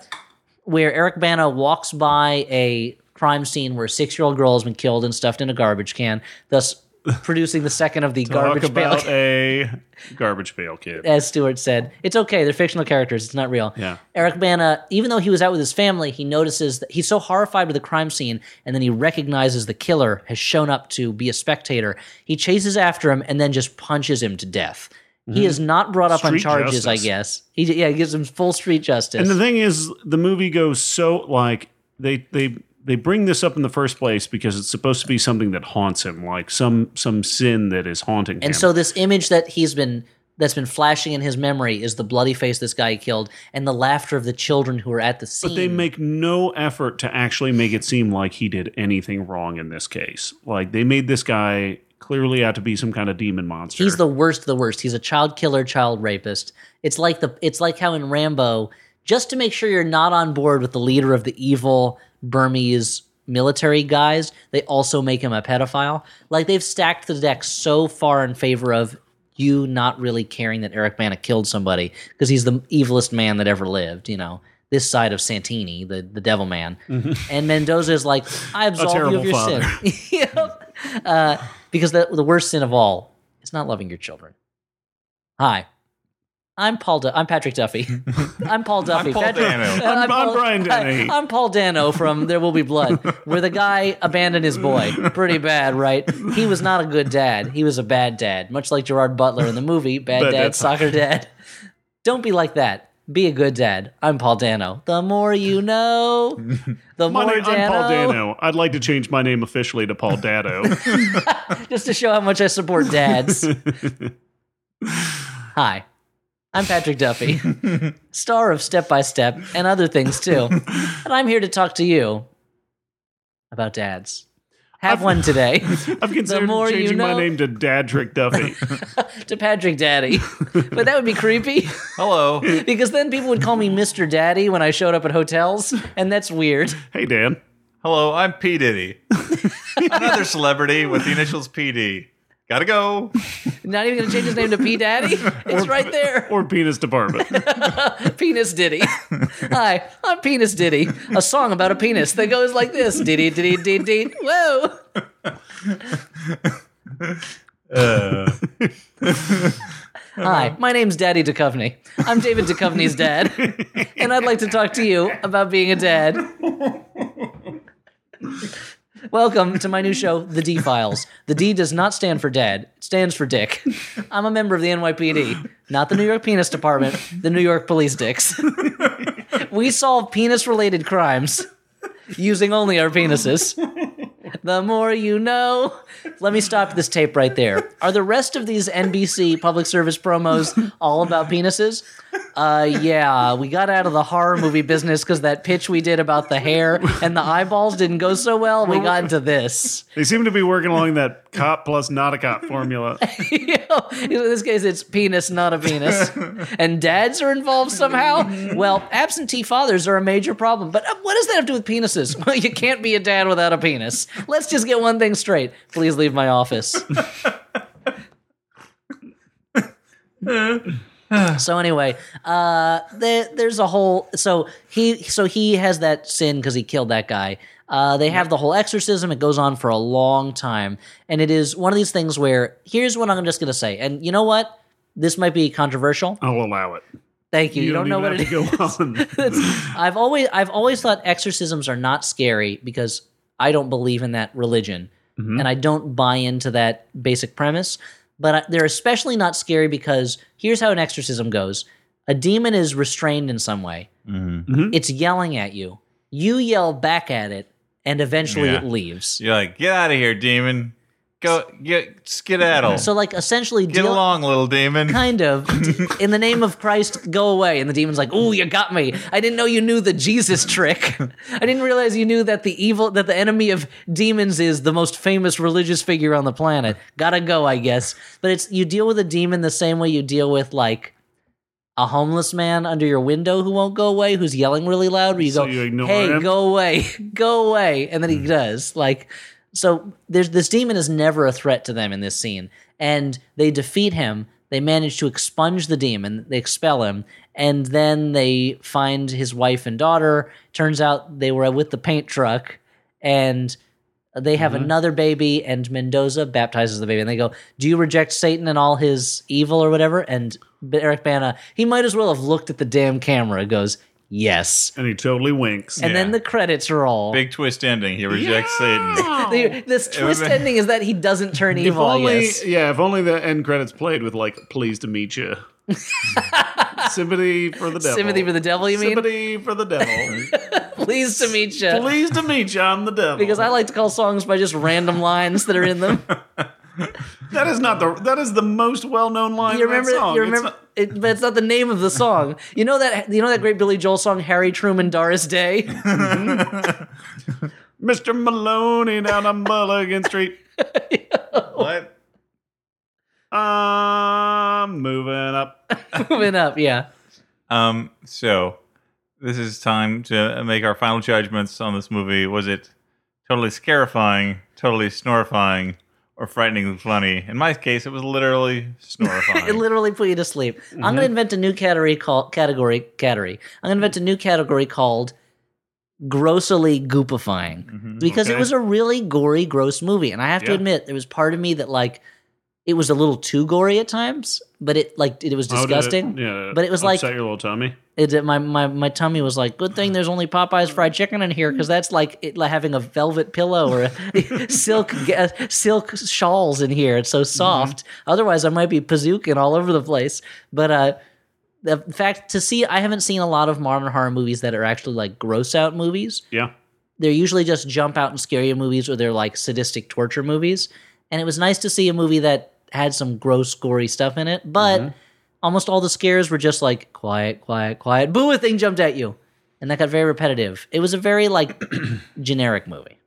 B: where Eric Bana walks by a crime scene where a six year old girl has been killed and stuffed in a garbage can, thus producing the second of the
A: Talk
B: garbage pail.
A: about a garbage pail kid.
B: As Stewart said, it's okay. They're fictional characters. It's not real.
A: Yeah.
B: Eric Bana, even though he was out with his family, he notices that he's so horrified with the crime scene, and then he recognizes the killer has shown up to be a spectator. He chases after him and then just punches him to death. He is not brought up on
A: Mm-hmm. Street
B: charges, I
A: justice.
B: guess. He, yeah, he gives him full street justice.
A: And the thing is, the movie goes so like they they they bring this up in the first place because it's supposed to be something that haunts him, like some some sin that is haunting him.
B: And so this image that he's been that's been flashing in his memory is the bloody face this guy killed and the laughter of the children who are at the scene.
A: but they make no effort to actually make it seem like he did anything wrong in this case. Like they made this guy clearly out to be some kind of demon monster.
B: He's the worst of the worst. He's a child killer, child rapist. It's like the it's like how in Rambo, just to make sure you're not on board with the leader of the evil Burmese military guys, they also make him a pedophile. Like they've stacked the deck so far in favor of you not really caring that Eric Bana killed somebody because he's the evilest man that ever lived, you know. This side of Santini, the, the devil man. And Mendoza is like, I absolve
A: terrible
B: you of your
A: father.
B: sin. Yep. uh, because the, the worst sin of all is not loving your children. Hi. I'm Paul. Du- I'm Patrick Duffy. I'm Paul Duffy.
C: Paul
B: Patrick-
C: Dano.
B: Uh,
A: I'm Brian Dennehy.
B: I, am Paul Dano from There Will Be Blood, where the guy abandoned his boy. Pretty bad, right? He was not a good dad. He was a bad dad, much like Gerard Butler in the movie Bad
A: Bad
B: Dad,
A: Dad.
B: Soccer Dad. Don't be like that. Be a good dad. I'm Paul Dano. The more you know, the
A: My
B: more
A: name, I'm Paul
B: Dano.
A: Dano. I'd like to change my name officially to Paul Dado.
B: just to show how much I support dads. Hi, I'm Patrick Duffy, star of Step by Step and other things too. And I'm here to talk to you about dads. Have one today
A: I've considered
B: more you
A: changing
B: know-
A: my name to Dadrick Duffy.
B: to Patrick Daddy. But that would be creepy
C: Hello.
B: because then people would call me Mr. Daddy when I showed up at hotels, and that's weird.
A: hey, Dan.
C: Hello, I'm P. Diddy. Another celebrity with the initials PD. Gotta go.
B: Not even going to change his name to P Daddy. It's right there.
A: Or Penis Department.
B: Penis Diddy. Hi, I'm Penis Diddy. A song about a penis that goes like this: Diddy, diddy, diddy, diddy. Whoa.
C: Uh,
B: Hi, my name's Daddy Duchovny. I'm David Duchovny's dad, and I'd like to talk to you about being a dad. Welcome to my new show, The D Files. The D does not stand for dad, it stands for dick. I'm a member of the NYPD, not the New York Penis Department, the New York Police Dicks. We solve penis related crimes using only our penises. The more you know. Let me stop this tape right there. Are the rest of these NBC public service promos all about penises? Uh, yeah, we got out of the horror movie business because that pitch we did about the hair and the eyeballs didn't go so well. We got into this.
A: they seem to be working along that cop plus not a cop formula.
B: You know, in this case, it's penis, not a penis. And dads are involved somehow. Well, absentee fathers are a major problem. But uh, what does that have to do with penises? Well, you can't be a dad without a penis. Let's just get one thing straight. Please leave my office. so anyway, uh, there, there's a whole. So he, so he has that sin because he killed that guy. Uh, they have the whole exorcism. It goes on for a long time, and it is one of these things where here's what I'm just gonna say, and you know what? This might be controversial.
A: I'll allow it.
B: Thank you. You, don't, know what
A: even
B: it is.
A: have to go on.
B: It's- I've always I've always thought exorcisms are not scary because I don't believe in that religion
C: Mm-hmm.
B: and I don't buy into that basic premise. But I, they're especially not scary because here's how an exorcism goes: a demon is restrained in some way.
C: Mm-hmm.
B: It's yelling at you. You yell back at it, and eventually
C: Yeah.
B: it leaves.
C: you're like, get out of here, demon. Go, get skedaddle.
B: So, like, essentially,
C: get
B: deal-
C: along, little demon.
B: kind of in the name of christ go away and the demon's like ooh you got me i didn't know you knew the jesus trick i didn't realize you knew that the evil that the enemy of demons is the most famous religious figure on the planet gotta go i guess but it's you deal with a demon the same way you deal with like a homeless man under your window who won't go away, who's yelling really loud, where you
A: So
B: go,
A: you ignore
B: "Hey,
A: him? Hmm.
B: go away, go away," and then he does. Like, so there's this demon is never a threat to them in this scene, and they defeat him. They manage to expunge the demon, they expel him, and then they find his wife and daughter. Turns out they were with the paint truck, and they have
A: Mm-hmm.
B: another baby and mendoza baptizes the baby and they go do you reject satan and all his evil or whatever and B- eric bana he might as well have looked at the damn camera goes yes
A: and he totally winks.
B: and then the credits roll
C: Big twist ending. He rejects Satan.
A: Oh.
B: The- this twist
C: been-
B: ending is that he doesn't turn
A: if
B: evil I
A: only,
B: guess.
A: yeah, if only the end credits played with like "Pleased to meet you," sympathy for the devil,
B: sympathy for the devil you mean
A: sympathy for the devil.
B: pleased to meet you
A: Pleased to meet you. I'm the devil.
B: because i like to call songs by just random lines that are in them
A: that is not the that is the most well known line.
B: you
A: in that
B: remember
A: song.
B: you
A: It's
B: remember
A: not-
B: it, but it's not the name of the song you know that you know that great billy joel song harry truman doris day
A: Mr. Maloney down on Mulligan Street.
C: what?
A: I'm moving up.
B: moving up yeah
C: Um, so this is time to make our final judgments on this movie. Was it totally scarifying, totally snorifying, or frighteningly funny? In my case, it was literally snorifying.
B: It literally put you to sleep. I'm
A: Mm-hmm.
B: going to invent a new category called category category. I'm going to invent a new category called grossly goopifying because it
C: okay.
B: was a really gory, gross movie, and I have to
A: Mm-hmm. Yeah.
B: admit there was part of me that like it was a little too gory at times, but it like it, it was
A: Oh, did it-
B: disgusting.
A: yeah,
B: but it was like
A: upset your little tummy.
B: it, it- my, my my tummy was like, good thing there's only Popeye's fried chicken in here because that's like it, like having a velvet pillow or a silk ga- silk shawls in here. It's so soft. Otherwise, I might be pazooking all over the place. But uh, the fact to see, I haven't seen a lot of modern horror movies that are actually like gross out movies
A: Yeah.
B: they're usually just jump out and scare you movies or they're like sadistic torture movies. And it was nice to see a movie that had some gross, gory stuff in it, but almost all the scares were just like quiet, quiet, quiet. Boo, a thing jumped at you. And that got very repetitive. It was a very like generic movie.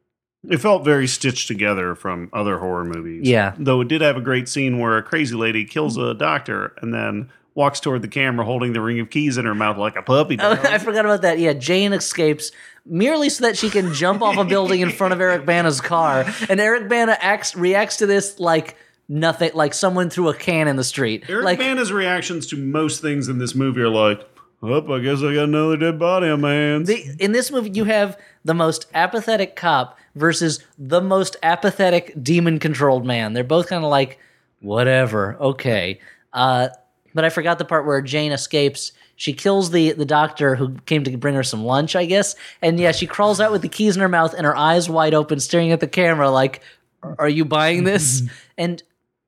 A: It felt very stitched together from other horror movies.
B: Yeah.
A: Though it did have a great scene where a crazy lady kills a doctor and then walks toward the camera holding the ring of keys in her mouth like a puppy.
B: Oh,
A: dog.
B: I forgot about that. Yeah, Jane escapes merely so that she can jump off a building in front of Eric Bana's car, and Eric Bana acts reacts to this like nothing, like someone threw a can in the street.
A: Eric
B: like
A: Bana's reactions to most things in this movie are like, "Up, I guess I got another dead body on my hands."
B: the, in this movie, you have the most apathetic cop versus the most apathetic demon controlled man. They're both kind of like whatever, okay. Uh, but I forgot the part where Jane escapes. She kills the the doctor who came to bring her some lunch, I guess. And yeah, she crawls out with the keys in her mouth and her eyes wide open, staring at the camera like, "Are you buying this?" and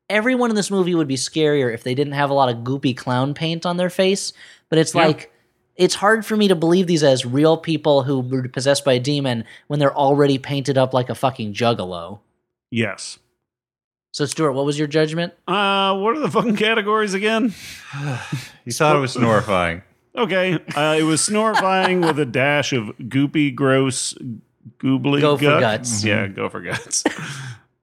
B: everyone in this movie would be scarier if they didn't have a lot of goopy clown paint on their face. But it's like it's hard for me to believe these as real people who were possessed by a demon when they're already painted up like a fucking juggalo.
A: yes.
B: So, Stuart, what was your judgment?
A: Uh, what are the fucking categories again?
C: You thought it was snorifying.
A: Okay, uh, it was snorifying with a dash of goopy, gross, goobly.
B: Go for
A: guck.
B: guts.
A: Yeah, go for guts.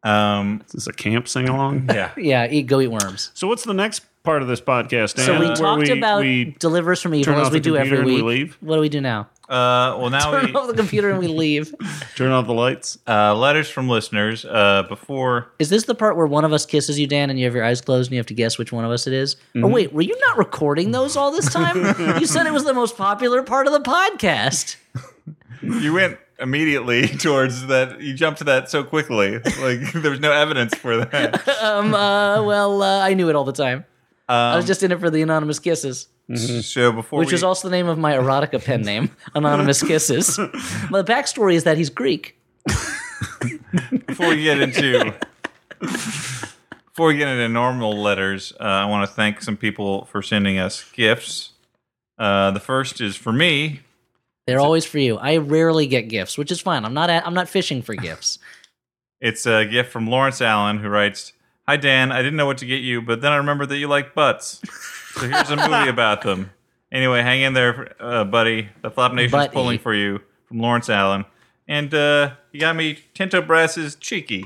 C: Um,
A: Is this a camp sing along?
C: yeah.
B: Yeah, eat, go eat worms.
A: So, what's the next part of this podcast? Dan,
B: So we
A: where
B: talked about
A: we-
B: delivers from evil
A: turn
B: as
A: off
B: we
A: the
B: do every
A: computer and
B: week.
A: we leave?
B: What do we do now?
C: Uh, well, now
B: Turn
C: we
B: off the computer and we leave.
A: turn off the lights.
C: uh, letters from listeners. Uh, before
B: Is this the part where one of us kisses you, Dan, and you have your eyes closed and you have to guess which one of us it is? Oh
A: Mm-hmm.
B: wait, were you not recording those all this time? you said it was the most popular part of the podcast.
C: you went immediately towards that, you jumped to that so quickly. Like there was no evidence for that.
B: Um, uh, well, uh, I knew it all the time. I
C: Um,
B: was just in it for the anonymous kisses.
C: So before
B: which
C: we,
B: is also the name of my erotica pen name, Anonymous Kisses. But the backstory is that he's Greek.
C: before we get into before we get into normal letters, uh, I want to thank some people for sending us gifts. Uh, the first is for me.
B: They're always for you. I rarely get gifts, which is fine. I'm not I'm not fishing for gifts.
C: It's a gift from Lawrence Allen who writes, "Hi Dan, I didn't know what to get you, but then I remembered that you like butts, so here's a movie about them. Anyway, hang in there, uh, buddy. The Flop Nation's
B: Buddy.
C: pulling for you from Lawrence Allen, and uh, he got me Tinto Brass's Cheeky,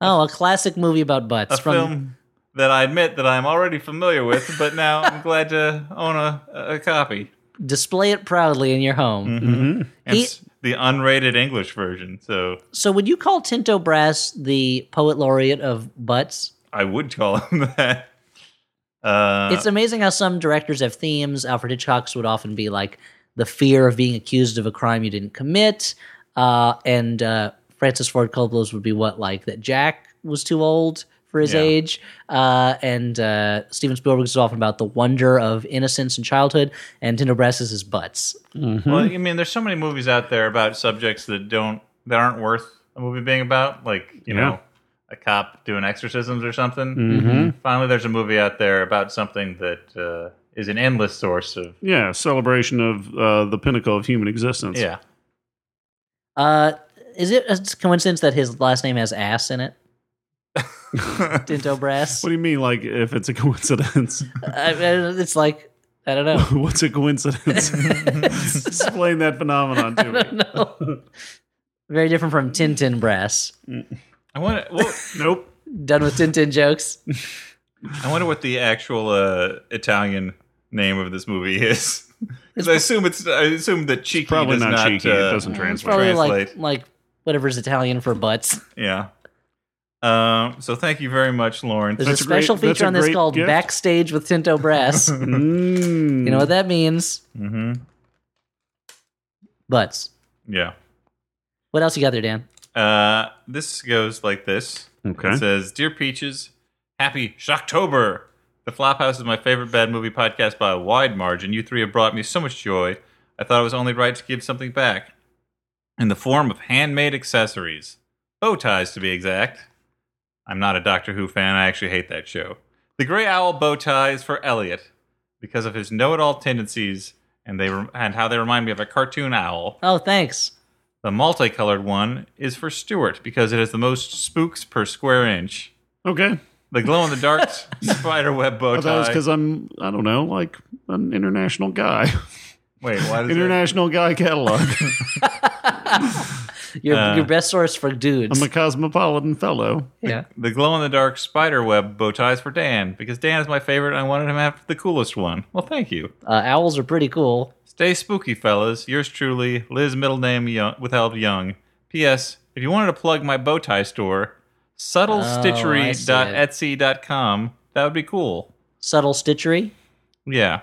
B: Oh, a classic movie about butts
C: a film." That I admit that I'm already familiar with, but now I'm glad to own a, a copy.
B: Display It Proudly in Your Home.
C: And
B: He-
C: s the unrated English version. So
B: So would you call Tinto Brass the poet laureate of butts?
C: I would call him that. Uh,
B: it's amazing how some directors have themes. Alfred Hitchcock's would often be like the fear of being accused of a crime you didn't commit, uh, and uh, Francis Ford Coppola's would be what like that Jack was too old for his
C: Yeah.
B: age, uh, and uh, Steven Spielberg's is often about the wonder of innocence and childhood, and Tinder Brass is his butts.
C: well, I mean, there's so many movies out there about subjects that don't that aren't worth a movie being about, like you
A: Yeah.
C: know, a cop doing exorcisms or something. Finally, there's a movie out there about something that uh, is an endless source of
A: Yeah, celebration of uh, the pinnacle of human existence.
C: yeah.
B: Uh, is it a coincidence that his last name has ass in it? Tinto Brass.
A: What do you mean, like, if it's a coincidence?
B: I- I- it's like I don't know.
A: What's a coincidence? Explain that phenomenon to me.
B: no. Very different from Tintin Brass.
C: I wonder. Well,
A: Nope.
B: Done with Tintin jokes.
C: I wonder what the actual uh, Italian name of this movie is. 'Cause I assume it's. I assume that cheeky
A: Probably
C: does
A: not,
C: not
A: cheeky.
C: uh,
A: it doesn't translate.
B: Probably like
C: Translate.
B: like whatever's Italian for butts.
C: Yeah. Um, so thank you very much, Lawrence.
B: There's
A: That's
B: a
A: a
B: special
A: great- that's
B: feature
A: a
B: on this
A: great
B: called
A: gift.
B: Backstage with Tinto Brass. you
A: Mm.
B: know what that means?
C: mm-hmm.
B: Butts.
C: Yeah.
B: What else you got there, Dan?
C: Uh, this goes like this.
A: Okay.
C: It says, "Dear Peaches, Happy Shocktober. The Flophouse is my favorite bad movie podcast by a wide margin. You three have brought me so much joy. I thought it was only right to give something back in the form of handmade accessories, bow ties to be exact. I'm not a Doctor Who fan. I actually hate that show. The Gray Owl bow tie is for Elliot because of his know-it-all tendencies." And they rem- and how they remind me of a cartoon owl.
B: Oh, thanks.
C: The multicolored one is for Stewart because it has the most spooks per square inch.
A: Okay.
C: The glow in the dark spider web bow
A: I thought it was
C: tie.
A: because I'm, I don't know, like an international guy.
C: Wait, why does that-
A: international guy catalog.
B: Your
C: Uh,
B: your best source for dudes.
A: I'm a cosmopolitan fellow.
B: yeah.
C: the glow in the dark spider web bow ties for Dan because Dan is my favorite. and I wanted him to have the coolest one. Well, thank you.
B: Uh, owls are pretty cool.
C: Stay spooky, fellas. Yours truly, Liz, middle name young, withheld Young. P.S. If you wanted to plug my bow tie store, subtlestitchery.etsy.com, that would be cool.
B: Subtle stitchery.
C: Yeah.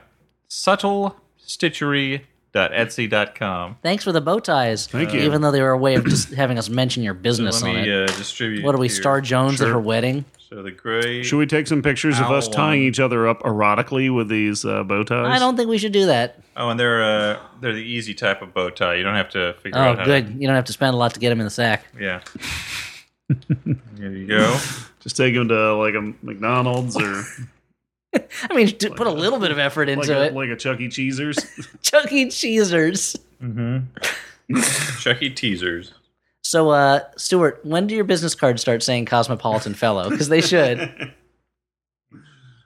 C: Subtlestitchery.etsy.com.
B: Thanks for the bow ties. Uh,
A: Thank you.
B: Even though they were a way of just having us mention your business
C: Let
B: on it.
C: me uh, distribute.
B: what are we,
C: here.
B: Star Jones at
C: Sure.
B: her wedding?
C: So the gray.
A: Should we take some pictures of us
C: Owl.
A: tying each other up erotically with these uh, bow ties?
B: I don't think we should do that.
C: Oh, and they're uh, they're the easy type of bow tie. You don't have to figure
B: Oh,
C: out how.
B: good. You don't have to spend a lot to get them in the sack.
C: To, yeah. there you go.
A: Just take them to like a McDonald's or
B: I mean, do, put a little bit of effort
A: like
B: into
A: a,
B: it.
A: like a Chuck E. Cheese's.
B: Chuck E. Cheesers.
C: Chucky Mm-hmm. E. teasers.
B: So, uh, Stuart, when do your business cards start saying Cosmopolitan Fellow? Because they should.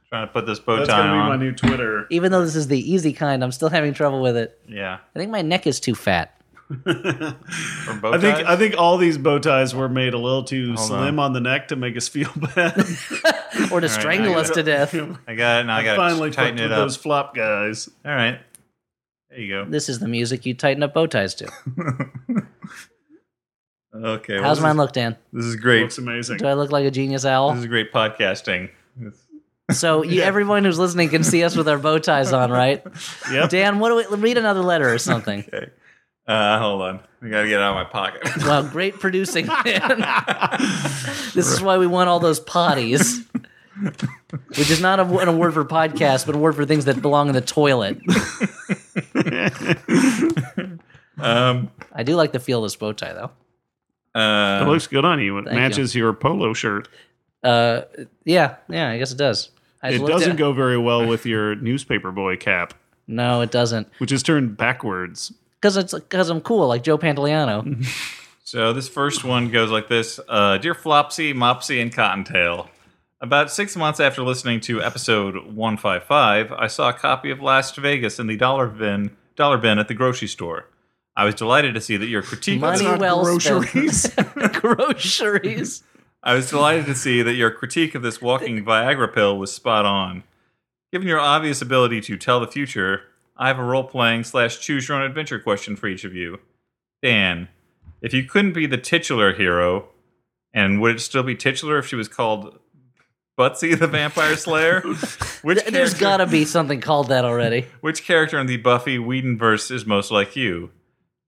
C: Trying to put this bow
A: That's
C: tie
A: gonna be
C: on.
A: my new Twitter.
B: Even though this is the easy kind, I'm still having trouble with it.
C: Yeah.
B: I think my neck is too fat.
C: Or bow
A: I think
C: ties?
A: I think all these bow ties were made a little too
C: Hold
A: slim on. the neck to make us feel bad.
B: Or to
C: now
B: strangle
C: you
B: us to death.
C: I got it. Now I got
A: Finally,
C: to tighten
A: fucked
C: it
A: with
C: up.
A: those flop guys.
C: All right. There you go.
B: This is the music you tighten up bow ties to.
C: Okay.
B: How's
C: well,
B: mine look, Dan?
C: This is, this is great.
A: Looks amazing.
B: Do I look like a genius owl?
C: This is great podcasting. It's-
B: So you, everyone who's listening can see us with our bow ties on, right?
A: Yep.
B: Dan, what do we read another letter or something?
C: Okay. Uh, hold on. I got to get it out of my pocket.
B: Wow, great producing, Dan. this is why we want all those potties. Which is not a, an award for podcasts, but a word for things that belong in the toilet.
C: um,
B: I do like the feel of this bow tie, though.
C: uh,
A: It looks good on you. It
B: you.
A: matches your polo shirt.
B: Uh, yeah, yeah, I guess it does. I
A: It
B: looked
A: doesn't
B: at-
A: go very well with your newspaper boy cap,
B: No, it doesn't,
A: which is turned backwards.
B: because it's because I'm cool, like Joe Pantoliano.
C: So this first one goes like this: uh, Dear Flopsy, Mopsy, and Cottontail. About six months after listening to episode 155, I saw a copy of Las Vegas in the dollar bin, dollar bin at the grocery store. I was delighted to see that your critique.
B: Money
A: not
B: well
A: groceries.
B: spent. groceries.
C: I was delighted to see that your critique of this walking Viagra pill was spot on. Given your obvious ability to tell the future, I have a role playing slash choose your own adventure question for each of you. Dan, if you couldn't be the titular hero, and would it still be titular if she was called Butsy the Vampire Slayer? Which
B: There's
C: character-
B: got to be something called that already.
C: which character in the Buffy Whedonverse is most like you?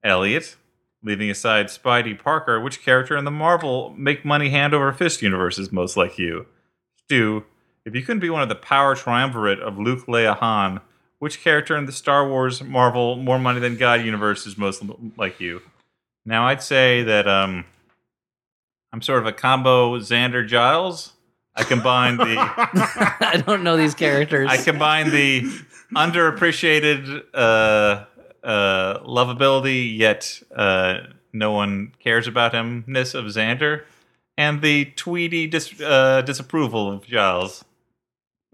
C: Elliot? Leaving aside Spidey Parker, which character in the Marvel Make Money Hand Over Fist universe is most like you? Stu, if you couldn't be one of the power triumvirate of Luke, Leia, Han, which character in the Star Wars Marvel More Money Than God universe is most l- like you? Now, I'd say that um, I'm sort of a combo Xander Giles. I combine the.
B: I don't know these characters.
C: I combine the underappreciated uh, uh, lovability, yet uh, no one cares about himness of Xander, and the Tweety dis- uh, disapproval of Giles.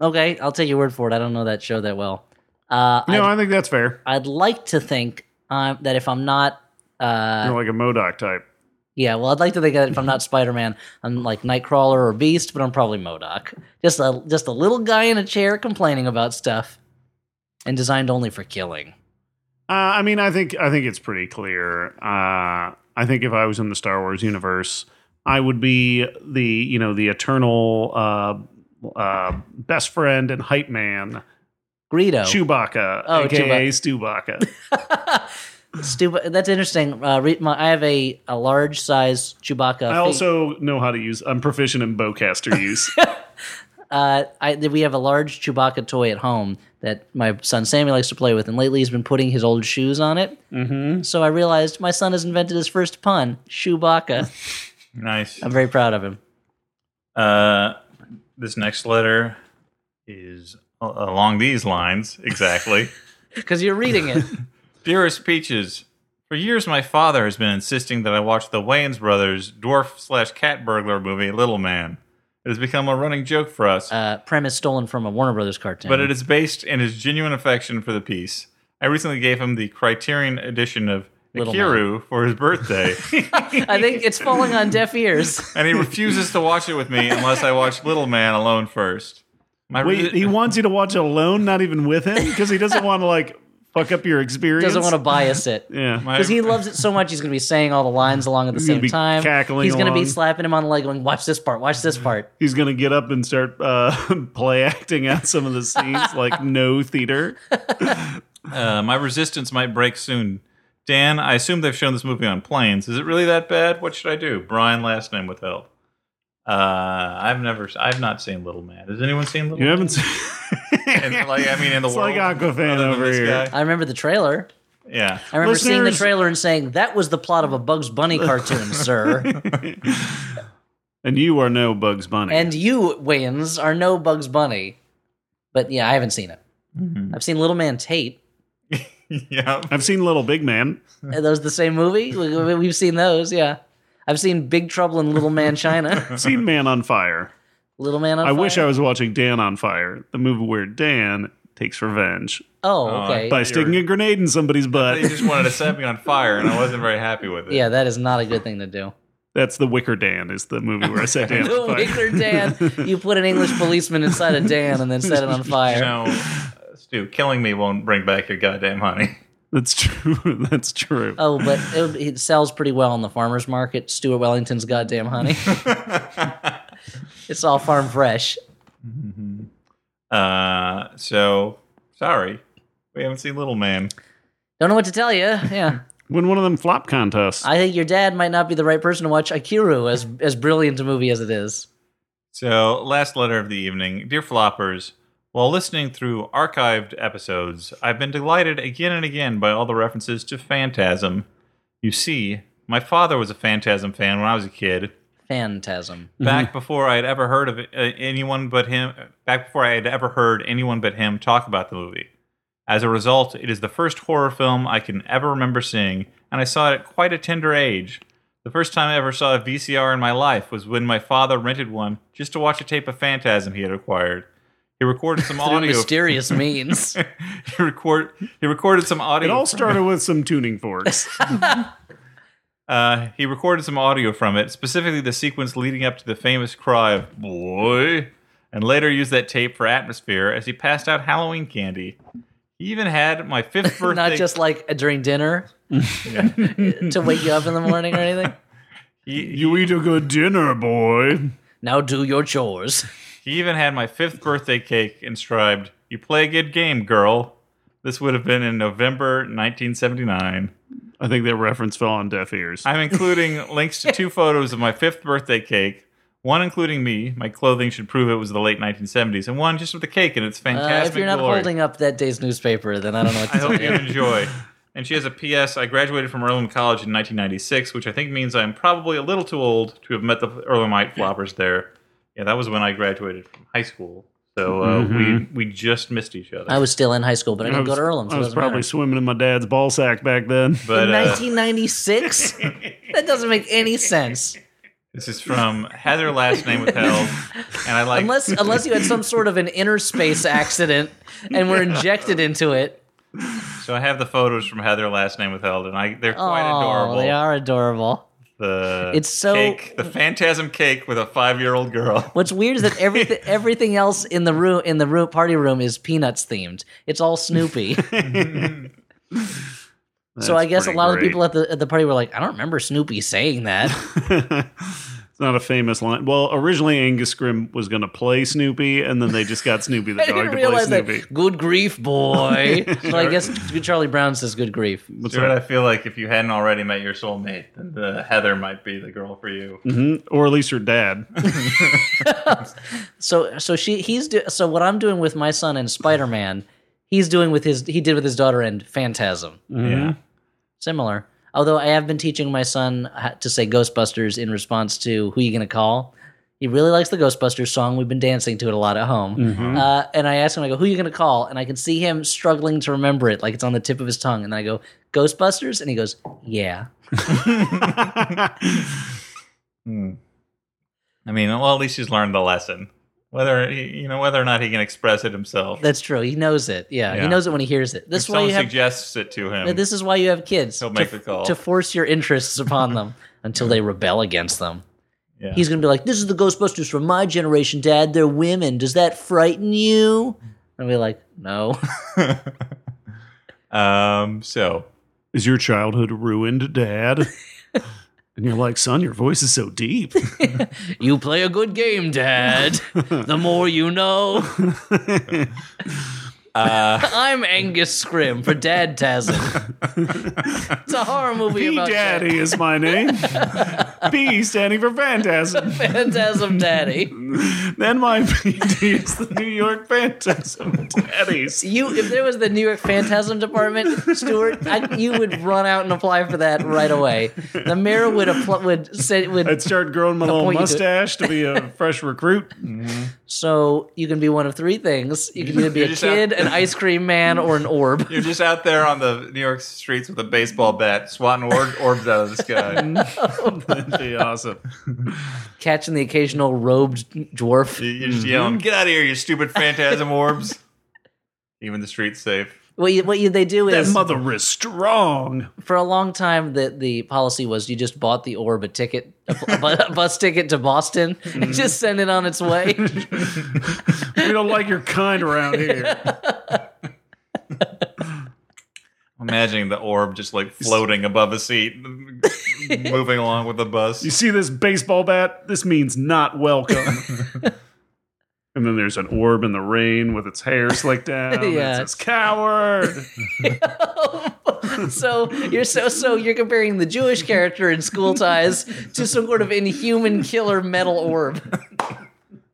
B: Okay, I'll take your word for it. I don't know that show that well. Uh,
A: No,
B: I'd,
A: I think that's fair.
B: I'd like to think um, that if I'm not, uh,
A: You're like a Modoc type.
B: yeah, well, I'd like to think that if I'm not Spider Man, I'm like Nightcrawler or Beast, but I'm probably Modoc. Just a just a little guy in a chair complaining about stuff, and designed only for killing.
A: Uh, I mean, I think I think it's pretty clear. Uh, I think if I was in the Star Wars universe, I would be the you know the eternal uh, uh, best friend and hype man,
B: Greedo,
A: Chewbacca,
B: Oh,
A: aka Stubaka.
B: stupid. That's interesting. Uh, re- my, I have a, a large size Chewbacca.
A: I
B: fig-
A: also know how to use. I'm proficient in bowcaster use.
B: uh, I, we have a large Chewbacca toy at home that my son Sammy likes to play with, and lately he's been putting his old shoes on it. Mm-hmm. So I realized my son has invented his first pun, Chewbacca.
C: Nice.
B: I'm very proud of him.
C: Uh, this next letter is a- along these lines exactly.
B: Because you're reading it.
C: Dearest Peaches, for years my father has been insisting that I watch the Wayans Brothers dwarf slash cat burglar movie Little Man. It has become a running joke for us,
B: Uh, premise stolen from a Warner Brothers cartoon.
C: but it is based in his genuine affection for the piece. I recently gave him the Criterion edition of
B: Little
C: Ikiru for his birthday,
B: I think it's falling on deaf ears.
C: and he refuses to watch it with me unless I watch Little Man alone first. My
A: Wait, he wants you to watch it alone, not even with him, because he doesn't want to like fuck up your experience.
B: Doesn't want to bias it.
A: Yeah.
C: my-
B: Because he loves it so much, he's going to be saying all the lines along at the
A: He's gonna
B: same
A: be
B: time.
A: cackling
B: he's going to be
A: along.
B: slapping him on the leg, going, "Watch this part. Watch this part."
A: He's gonna get up and start uh, play acting out some of the scenes like no theater.
C: Uh, my resistance might break soon. Dan, I assume they've shown this movie on planes. Is it really that bad? What should I do? Brian, last name with help. Uh, I've never, I've not seen Little Man. Has anyone seen Little?
A: You haven't seen
C: Man? And, like, I mean, in the
A: It's
C: world,
A: like Aquafan
C: other than
A: over
C: this
A: here.
C: guy?
B: I remember the trailer.
C: Yeah,
B: I remember seeing the
A: Listeners-
B: trailer and saying, "That was the plot of a Bugs Bunny cartoon, sir."
A: and you are no Bugs Bunny.
B: And you, Wayans, are no Bugs Bunny. But yeah, I haven't seen it.
A: Mm-hmm.
B: I've seen Little Man Tate.
C: yeah.
A: I've seen Little Big Man.
B: Are those the same movie? We- we- We've seen those, yeah. I've seen Big Trouble in Little Man China.
A: I've seen Man on Fire.
B: Little Man on
A: I wish I
B: Fire?
A: was watching Dan on Fire, the movie where Dan takes revenge
B: Oh, okay.
A: by sticking a grenade in somebody's
C: They
A: butt.
C: just wanted to set me on fire, and I wasn't very happy with it.
B: yeah, that is not a good thing to do.
A: That's the Wicker Dan. Is the movie where I set Dan
B: No,
A: on fire.
B: Wicker Dan. You put an English policeman inside a Dan and then set it on fire.
C: You know, uh, Stu, killing me won't bring back your goddamn honey.
A: That's true. That's true.
B: Oh, but it, it sells pretty well on the farmers market. Stuart Wellington's goddamn honey. it's all farm fresh.
C: Uh, so sorry, we haven't seen Little Man.
B: Don't know what to tell you. Yeah,
A: Win one of them flop contests.
B: I think your dad might not be the right person to watch Akiru as as brilliant a movie as it is.
C: So, last letter of the evening. Dear Floppers, while listening through archived episodes, I've been delighted again and again by all the references to Phantasm. You see, my father was a Phantasm fan when I was a kid,
B: Phantasm.
C: back before I had ever heard of uh, anyone but him, back before I had ever heard anyone but him talk about the movie. As a result, it is the first horror film I can ever remember seeing, and I saw it at quite a tender age. The first time I ever saw a VCR in my life was when my father rented one just to watch a tape of Phantasm he had acquired. He recorded some
B: Through
C: audio.
B: mysterious means.
C: he record. He recorded some audio.
A: It all
C: from-
A: started with some tuning forks.
C: Uh, he recorded some audio from it, specifically the sequence leading up to the famous cry of "boy," and later used that tape for atmosphere as he passed out Halloween candy. He even had my fifth birthday.
B: Not just like during dinner to wake you up in the morning or anything.
C: he,
A: you eat a good dinner, boy.
B: Now do your chores.
C: he even had my fifth birthday cake inscribed "You play a good game, girl." This would have been in November 1979.
A: I think that reference fell on deaf ears.
C: I'm including links to two photos of my fifth birthday cake. One including me, my clothing should prove it was the late 1970s, and one just with the cake and its
B: Uh,
C: fantastic
B: if you're not
C: glory.
B: holding up that day's newspaper, then I don't know what to
C: I hope
B: tell
C: you
B: you.
C: enjoy. And she has a P.S. I graduated from Earlham College in 1996, which I think means I'm probably a little too old to have met the Earlhamite floppers there. Yeah, that was when I graduated from high school, so uh, we we just missed each other.
B: I was still in high school, but I
A: I
B: didn't
A: was,
B: go to Earlham. So
A: I
B: it
A: was
B: doesn't
A: probably
B: matter.
A: swimming in my dad's ball sack back then.
C: but uh,
B: 1996? that doesn't make any sense.
C: this is from Heather, last name withheld, and I like
B: Unless unless you had some sort of an inner space accident and were injected into it.
C: so I have the photos from Heather, last name withheld, and I they're quite
B: oh,
C: adorable.
B: they are adorable.
C: The
B: It's so-
C: cake, the phantasm cake with a five year old girl.
B: What's weird is that everything everything else in the room in the room party room is peanuts themed. It's all Snoopy. so I
A: That's
B: guess a
A: pretty
B: lot of the
A: great.
B: people at the at the party were like, I don't remember Snoopy saying that.
A: It's not a famous line. Well, originally Angus Scrimm was going to play Snoopy, and then they just got Snoopy the
B: I
A: dog
B: didn't
A: to play
B: realize that.
A: Snoopy.
B: Good grief, boy. well, I guess Charlie Brown says good grief.
A: That's
C: Stuart,
A: right.
C: I feel like if you hadn't already met your soulmate, then the Heather might be the girl for you.
A: Mhm. Or at least her dad.
B: So so she he's do, so what I'm doing with my son and Spider Man, he's doing with his he did with his daughter and Phantasm.
C: Yeah.
B: Similar. Although I have been teaching my son how to say Ghostbusters in response to who you gonna call. He really likes the Ghostbusters song. We've been dancing to it a lot at home. Uh, and I ask him, I go, "Who you gonna call?" And I can see him struggling to remember it, like it's on the tip of his tongue. And I go, "Ghostbusters," and he goes, "Yeah."
C: I mean, well, at least he's learned the lesson. Whether he, you know whether or not he can express it himself.
B: That's true. He knows it. Yeah, he
C: Yeah.
B: knows it when he hears it. This
C: if
B: is why
C: someone
B: you have.
C: suggests it to him,
B: This is why you have kids.
C: He'll
B: to,
C: make the call.
B: to force your interests upon them until they rebel against them.
C: yeah.
B: He's gonna be like, "This is the Ghostbusters from my generation, Dad. They're women. Does that frighten you?" And be like, "No."
C: um. So
A: Is your childhood ruined, Dad? and you're like, son, your voice is so deep.
B: You play a good game, Dad. the more you know.
C: uh,
B: I'm Angus Scrim for Dad Tasm. it's a horror movie
A: B
B: about
A: Daddy is my name. B standing for Phantasm.
B: Phantasm Daddy.
A: Then my PD is the New York Phantasm Daddies.
B: You, if there was the New York Phantasm Department, Stuart, I, you would run out and apply for that right away. The mayor would apply, would say, would
A: I'd start growing my little
B: point you to-
A: mustache to be a fresh recruit.
B: so you can be one of three things. You can either be
C: You're
B: a
C: just out-
B: kid, an ice cream man, or an orb.
C: you're just out there on the New York streets with a baseball bat, swatting or- orbs out of the sky.
A: That'd be awesome.
B: Catching the occasional robed dwarf.
C: You- You're just yelling, "Get out of here, you stupid phantasm orbs!" Even the streets safe.
B: What you, what you, they do
A: That
B: is
A: mother is strong.
B: for a long time that the policy was you just bought the orb a ticket, a, bu- a bus ticket to Boston, and just send it on its way.
A: We don't like your kind around here.
C: I'm imagining the orb just like floating above a seat, moving along with the bus.
A: You see this baseball bat? This means not welcome. and then there's an orb in the rain with its hair slicked down. and
B: Yeah.
A: It says, coward.
B: so you're so so you're comparing the Jewish character in School Ties to some sort of inhuman killer metal orb.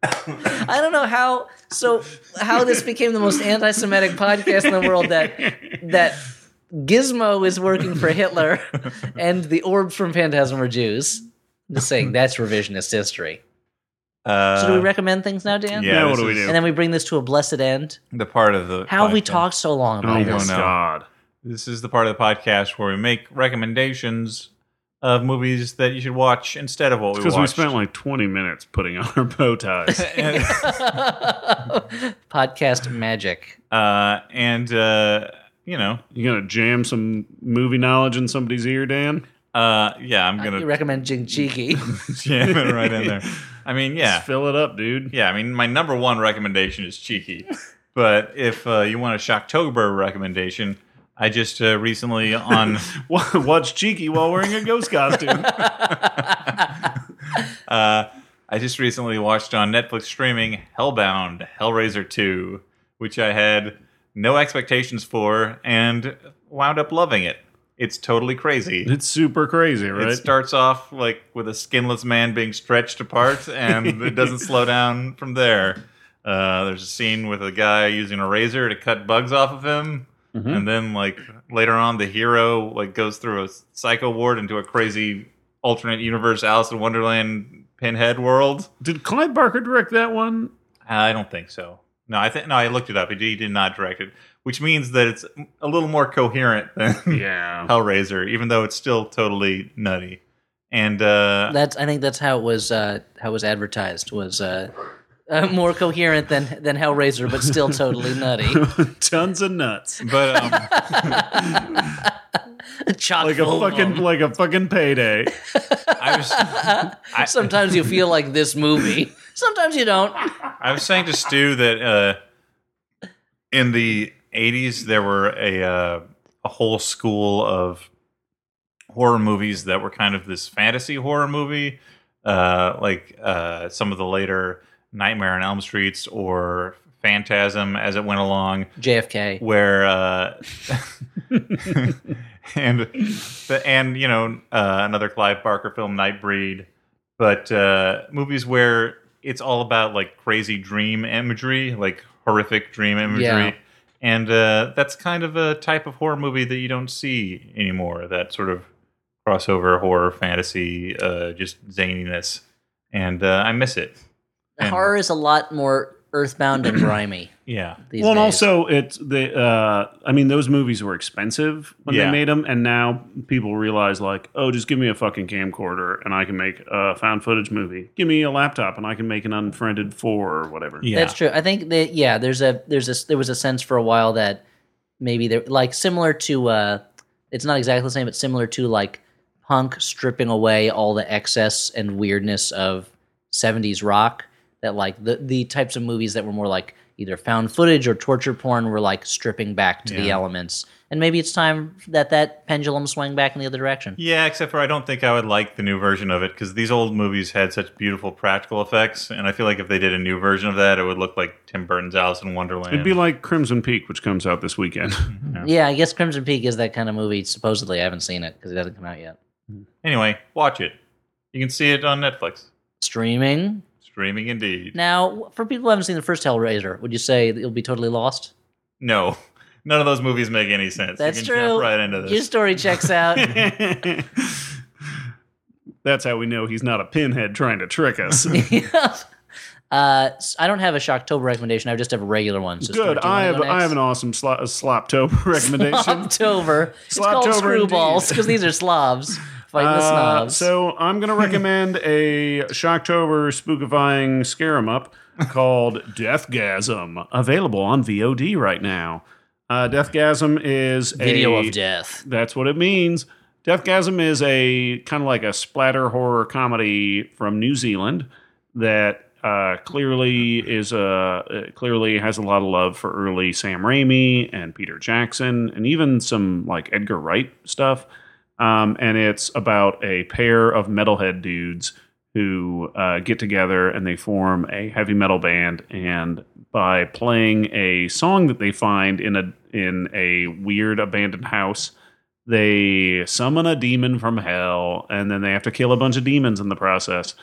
B: I don't know how so how this became the most anti-Semitic podcast in the world that that Gizmo is working for Hitler and the orbs from Phantasm are Jews. Just saying that's revisionist history.
C: Uh,
B: So do we recommend things now, Dan?
C: yeah,
A: Now what
C: this
A: do we
C: is
A: do?
B: And then we bring this to a blessed end.
C: The part of the
B: How have we
C: podcast-
B: talked so long about
A: oh
B: this?
A: my
C: know.
A: God.
C: This is the part of the podcast where we make recommendations of movies that you should watch instead of what we
A: Because we
C: watched.
A: spent like 20 minutes putting on our bow ties.
C: and,
B: Podcast magic.
C: uh, and uh, you know,
A: You gonna jam some movie knowledge in somebody's ear, Dan?
C: uh, yeah, I'm
B: You
C: gonna
B: recommend Jing Cheeky.
C: jam it right in there. I mean, yeah,
A: Just fill it up, dude.
C: yeah. I mean, my number one recommendation is Cheeky, but if uh, you want a Shocktober recommendation, I just uh, recently on.
A: Wa- Watch Cheeky while wearing a ghost costume.
C: Uh, I just recently watched on Netflix streaming Hellbound Hellraiser 2, which I had no expectations for and wound up loving it. It's totally crazy.
A: it's super crazy,
C: It
A: right?
C: starts off like with a skinless man being stretched apart and it doesn't slow down from there. Uh, there's a scene with a guy using a razor to cut bugs off of him. And then, like later on, the hero like goes through a psycho ward into a crazy alternate universe Alice in Wonderland pinhead world.
A: Did Clive Barker direct that one?
C: I don't think so. No, I think no. I looked it up. He did, he did not direct it, which means that it's a little more coherent than
A: Yeah.
C: Hellraiser, even though it's still totally nutty. And uh,
B: That's I think that's how it was uh, how it was advertised was uh, uh, more coherent than than Hellraiser, but still totally nutty,
A: Tons of nuts.
C: but um,
B: chock
A: Like a
B: full of
A: fucking
B: them.
A: like a fucking payday.
C: I was
B: Sometimes you feel like this movie. Sometimes you don't.
C: I was saying to Stu that uh, in the '80s there were a uh, a whole school of horror movies that were kind of this fantasy horror movie, uh, like uh, some of the later Nightmare on Elm Streets or Phantasm as it went along,
B: JFK.
C: where uh, and the, and you know uh, another Clive Barker film, Nightbreed, but uh, movies where it's all about like crazy dream imagery, like horrific dream imagery.
B: Yeah.
C: And uh, that's kind of a type of horror movie that you don't see anymore. That sort of crossover horror fantasy, uh, just zaniness, and uh, I miss it. And-
B: Horror is a lot more earthbound and grimy.
C: Yeah.
B: These
A: well, and
B: days.
A: also it's the. Uh, I mean, those movies were expensive when
C: Yeah.
A: they made them, and now people realize like, oh, just give me a fucking camcorder and I can make a found footage movie. Give me a laptop and I can make an unfriended four or whatever.
C: Yeah.
B: That's true. I think that yeah, there's a there's a there was a sense for a while that maybe there like similar to uh it's not exactly the same, but similar to like punk stripping away all the excess and weirdness of 70s rock that like the the types of movies that were more like either found footage or torture porn were like stripping back to the
C: Yeah.
B: elements. And maybe it's time that that pendulum swung back in the other direction.
C: Yeah, except for I don't think I would like the new version of it because these old movies had such beautiful practical effects, and I feel like if they did a new version of that, it would look like Tim Burton's Alice in Wonderland.
A: It'd be like Crimson Peak, which comes out this weekend.
B: Yeah, I guess Crimson Peak is that kind of movie. Supposedly, I haven't seen it because it hasn't come out yet.
C: anyway, watch it. You can see it on Netflix.
B: Streaming.
C: Streaming indeed.
B: Now, for people who haven't seen the first Hellraiser, would you say that you'll be totally lost?
C: No, none of those movies make any sense.
B: That's
C: you can
B: true.
C: Jump right
A: Uh,
C: into this.
B: Your story checks out.
A: That's how we know he's not a pinhead trying to trick us.
B: uh, s- I don't have a Shocktober recommendation. I just have a regular one. So
A: Good.
B: Stuart, do you
A: I
B: wanna
A: have
B: go
A: I have an
B: next?
A: awesome slo- a sloptober recommendation.
B: Sloptober. It's called
A: Sloptober indeed.
B: Screwballs because these are slobs fighting the
A: Uh,
B: snobs.
A: so I'm going to recommend a Shocktober spookifying scare 'em up called Deathgasm, available on VOD right now. Uh, Deathgasm is
B: Video
A: a,
B: of death.
A: That's what it means. Deathgasm is a kind of like a splatter horror comedy from New Zealand that uh, clearly is a uh, clearly has a lot of love for early Sam Raimi and Peter Jackson and even some like Edgar Wright stuff. Um, and it's about a pair of metalhead dudes who uh, get together and they form a heavy metal band and by playing a song that they find in a in a weird abandoned house they summon a demon from hell and then they have to kill a bunch of demons in the process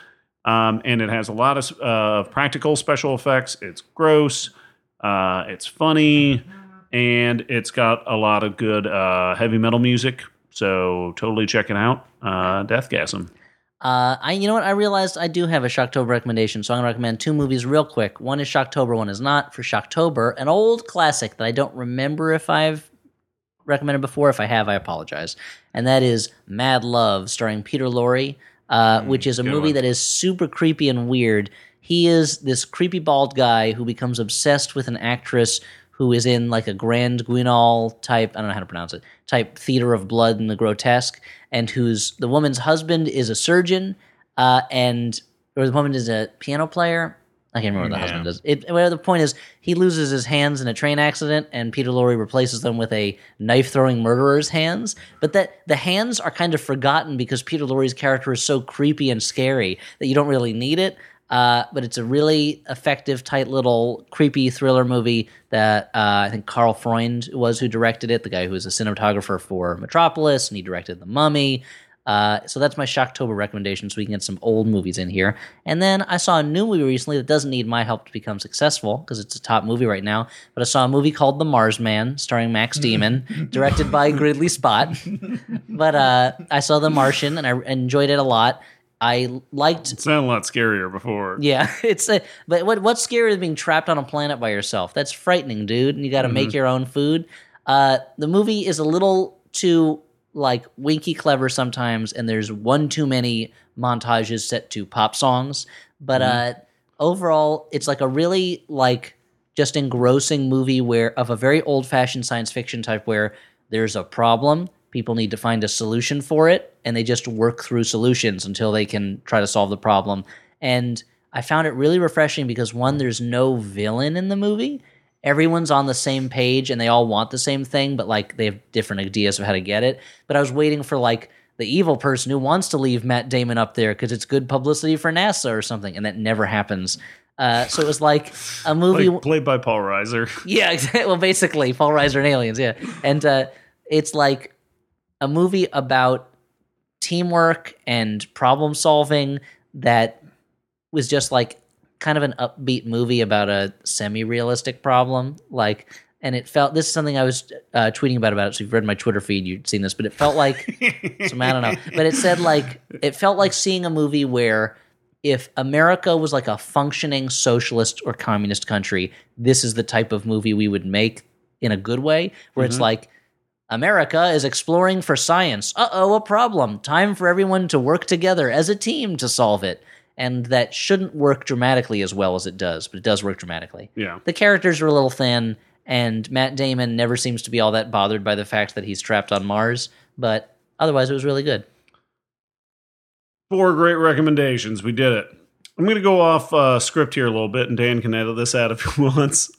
A: um, and it has a lot of uh, practical special effects it's gross uh, it's funny and it's got a lot of good uh, heavy metal music so totally check it out uh, deathgasm
B: Uh, I, you know what? I realized I do have a Shocktober recommendation, so I'm gonna recommend two movies real quick. One is Shocktober, one is not. For Shocktober, an old classic that I don't remember if I've recommended before. If I have, I apologize. And that is Mad Love, starring Peter Lorre, uh, which is a
C: Hmm, good
B: movie
C: one.
B: that is super creepy and weird. He is this creepy bald guy who becomes obsessed with an actress who is in like a Grand Guignol type, I don't know how to pronounce it, type theater of blood and the grotesque, and whose the woman's husband is a surgeon, uh, and or the woman is a piano player. I can't remember what the
C: Yeah.
B: husband does. It, well, the point is, he loses his hands in a train accident, and Peter Lorre replaces them with a knife-throwing murderer's hands. But that the hands are kind of forgotten because Peter Lorre's character is so creepy and scary that you don't really need it. Uh, but it's a really effective, tight little creepy thriller movie that uh, I think Carl Freund was who directed it, the guy who was a cinematographer for Metropolis, and he directed The Mummy. Uh, so that's my Shocktober recommendation, so we can get some old movies in here. And then I saw a new movie recently that doesn't need my help to become successful because it's a top movie right now. But I saw a movie called The Mars Man, starring Max Demon, directed by Gridley Scott. but uh, I saw The Martian, and I enjoyed it a lot. I liked
A: it sounded a lot scarier before
B: yeah, it's a, but what what's scary than being trapped on a planet by yourself? That's frightening, dude. And you got to make your own food. Uh, the movie is a little too like winky clever sometimes, and there's one too many montages set to pop songs. But uh, overall, it's like a really like just engrossing movie where of a very old fashioned science fiction type where there's a problem people need to find a solution for it and they just work through solutions until they can try to solve the problem and i found it really refreshing because one there's no villain in the movie everyone's on the same page and they all want the same thing but like they have different ideas of how to get it but i was waiting for like the evil person who wants to leave matt damon up there because it's good publicity for nasa or something and that never happens uh, so it was like a movie
A: like, played by paul reiser
B: yeah, exactly. Well, basically, Paul Reiser and aliens. Yeah, and uh, it's like a movie about teamwork and problem solving that was just like kind of an upbeat movie about a semi-realistic problem. Like, and it felt this is something I was uh, tweeting about about it. So if you've read my Twitter feed, you've seen this, but it felt like. So I don't know. But it said like it felt like seeing a movie where if America was like a functioning socialist or communist country, this is the type of movie we would make in a good way, where it's like America is exploring for science. Uh oh, a problem. Time for everyone to work together as a team to solve it. And that shouldn't work dramatically as well as it does, but it does work dramatically.
A: Yeah.
B: The characters are a little thin, and Matt Damon never seems to be all that bothered by the fact that he's trapped on Mars, but otherwise it was really good.
A: Four great recommendations. We did it. I'm going to go off uh, script here a little bit, and Dan can edit this out if he wants.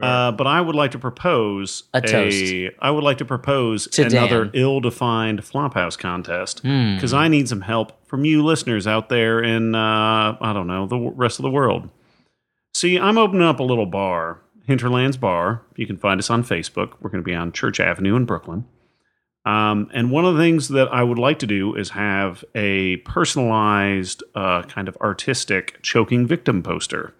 A: Uh, but I would like to propose
B: A toast.
A: I would like to propose
B: To
A: another
B: Dan.
A: ill-defined Flophouse contest because I need some help from you listeners out there in uh, I don't know the w- rest of the world. See, I'm opening up a little bar, Hinterlands Bar. You can find us on Facebook. We're going to be on Church Avenue in Brooklyn. Um, and one of the things that I would like to do is have a personalized, uh, kind of artistic choking victim poster.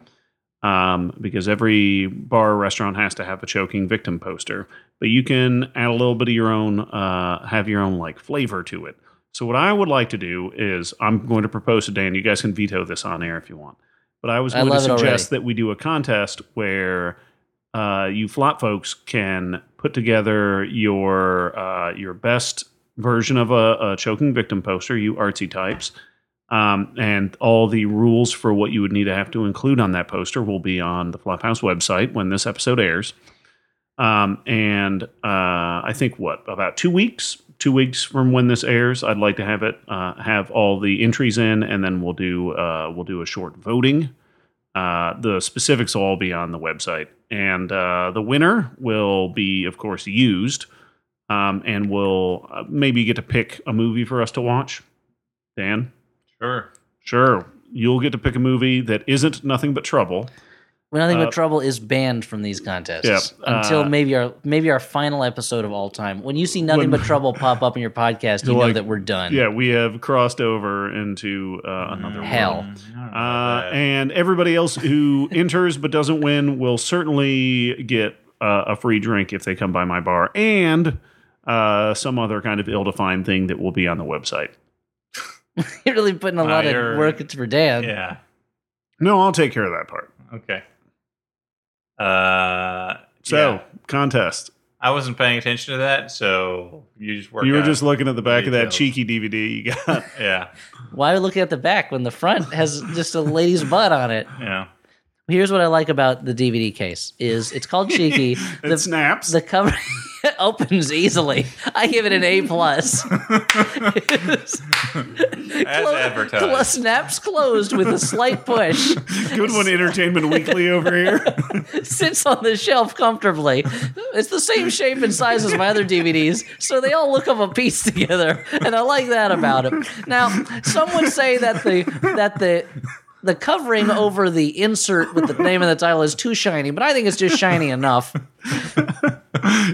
A: Um, because every bar or restaurant has to have a choking victim poster, but you can add a little bit of your own, uh, have your own like flavor to it. So what I would like to do is I'm going to propose to Dan. You guys can veto this on air if you want, but I was
B: I
A: going to
B: love it already.
A: suggest that we do a contest where uh, you flop folks can put together your uh, your best version of a, a choking victim poster, you artsy types, um, and all the rules for what you would need to have to include on that poster will be on the Flophouse website when this episode airs. Um, and uh, I think what about two weeks? Two weeks from when this airs, I'd like to have it uh, have all the entries in, and then we'll do uh, we'll do a short voting uh, the specifics will all be on the website, and uh, the winner will be, of course, used, um, and will uh, maybe get to pick a movie for us to watch. Dan,
C: Sure.
A: sure, you'll get to pick a movie that isn't nothing but trouble.
B: When Nothing
A: Uh,
B: But Trouble is banned from these contests
A: Yeah,
B: until
A: uh,
B: maybe our maybe our final episode of all time. When you see Nothing
A: When-
B: But Trouble pop up in your podcast, you know
A: like,
B: that we're done.
A: Yeah, we have crossed over into uh, another
B: Mm. Hell.
A: Uh, and everybody else who enters but doesn't win will certainly get uh, a free drink if they come by my bar and uh, some other kind of ill-defined thing that will be on the website.
B: You're really putting a lot
C: Fire.
B: of work for Dan.
C: yeah.
A: No, I'll take care of that part.
C: Okay. Uh,
A: So,
C: yeah.
A: contest.
C: I wasn't paying attention to that, so you just work.
A: you were
C: out.
A: just looking at the back of that
C: details.
A: cheeky DVD you got.
C: yeah,
B: Why are we looking at the back when the front has just a lady's butt on it?
C: yeah.
B: Here's what I like about the DVD case is it's called cheeky.
A: it
B: the,
A: snaps.
B: the cover it opens easily. I give it an A plus. As
C: advertised.
B: snaps closed with a slight push.
A: Good one, Entertainment Weekly over here.
B: sits on the shelf comfortably. It's the same shape and size as my other DVDs, so they all look of a piece together, and I like that about it. Now, some would say that the that the the covering over the insert with the name and the title is too shiny, but I think it's just shiny enough. Uh,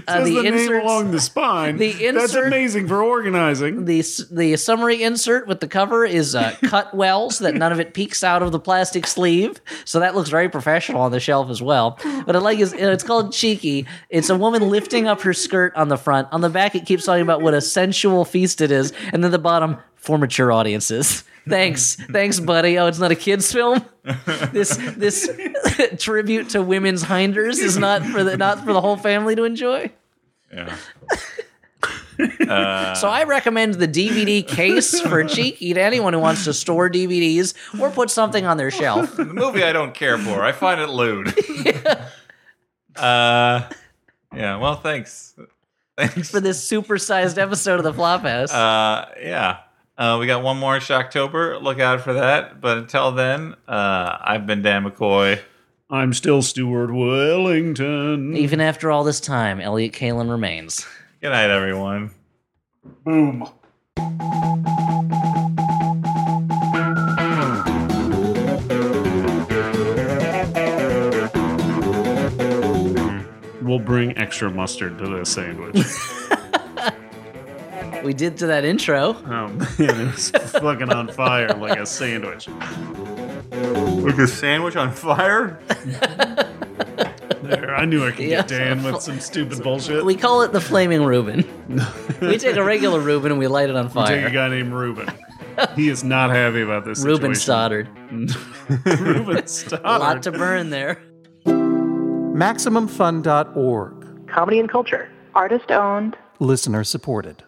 A: Says
B: the
A: the, name
B: inserts-
A: along the spine.
B: the
A: That's
B: insert-
A: amazing for organizing.
B: The s- the summary insert with the cover is uh, cut well, so that none of it peeks out of the plastic sleeve. So that looks very professional on the shelf as well. But I like is it's called cheeky. It's a woman lifting up her skirt on the front. On the back, it keeps talking about what a sensual feast it is, and then the bottom for mature audiences. Thanks, thanks, buddy. Oh, it's not a kids' film. This this tribute to women's hinders is not for the not for the whole family to enjoy.
C: yeah.
B: So I recommend the DVD case for Cheeky to anyone who wants to store DVDs or put something on their shelf.
C: The movie I don't care for. I find it lewd. uh, yeah. Well, thanks. Thanks.
B: For this supersized episode of the Flophouse,
C: Uh, yeah. Uh, we got one more Shocktober. Look out for that. But until then, uh, I've been Dan McCoy.
A: I'm still Stuart Wellington.
B: even after all this time, Elliot Kalin remains.
C: Good night, everyone.
A: Boom. We'll bring extra mustard to this sandwich.
B: We did to that intro.
A: oh man, it was fucking on fire like a sandwich.
C: With the sandwich on fire?
A: There, I knew I could
B: Yeah.
A: get Dan with some stupid bullshit.
B: We call it the Flaming Reuben. we take a regular Reuben and we light it on
A: Take a
B: fire.
A: guy named Ruben. He is not happy about this. situation.
B: Ruben Stoddard.
A: Ruben
B: A
A: Stoddard.
B: lot to burn there.
D: MaximumFun.org.
E: comedy and culture.
F: Artist owned.
D: Listener supported.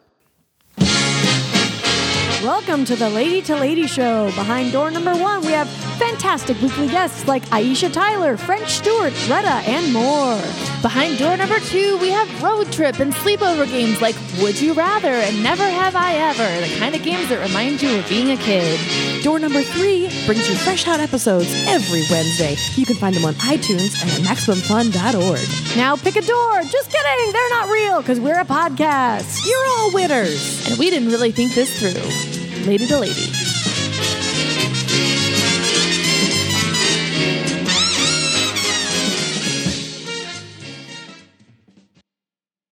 G: Welcome to the Lady to Lady Show. Behind door number one, we have fantastic weekly guests like Aisha Tyler, French Stewart, Retta, and more.
H: Behind door number two, we have road trip and sleepover games like Would You Rather and Never Have I Ever, the kind of games that remind you of being a kid.
G: Door number three brings you fresh hot episodes every Wednesday. You can find them on iTunes and at MaximumFun.org. Now pick a door. Just kidding. They're not real because we're a podcast. You're all winners.
H: And we didn't really think this through. Lady to Lady.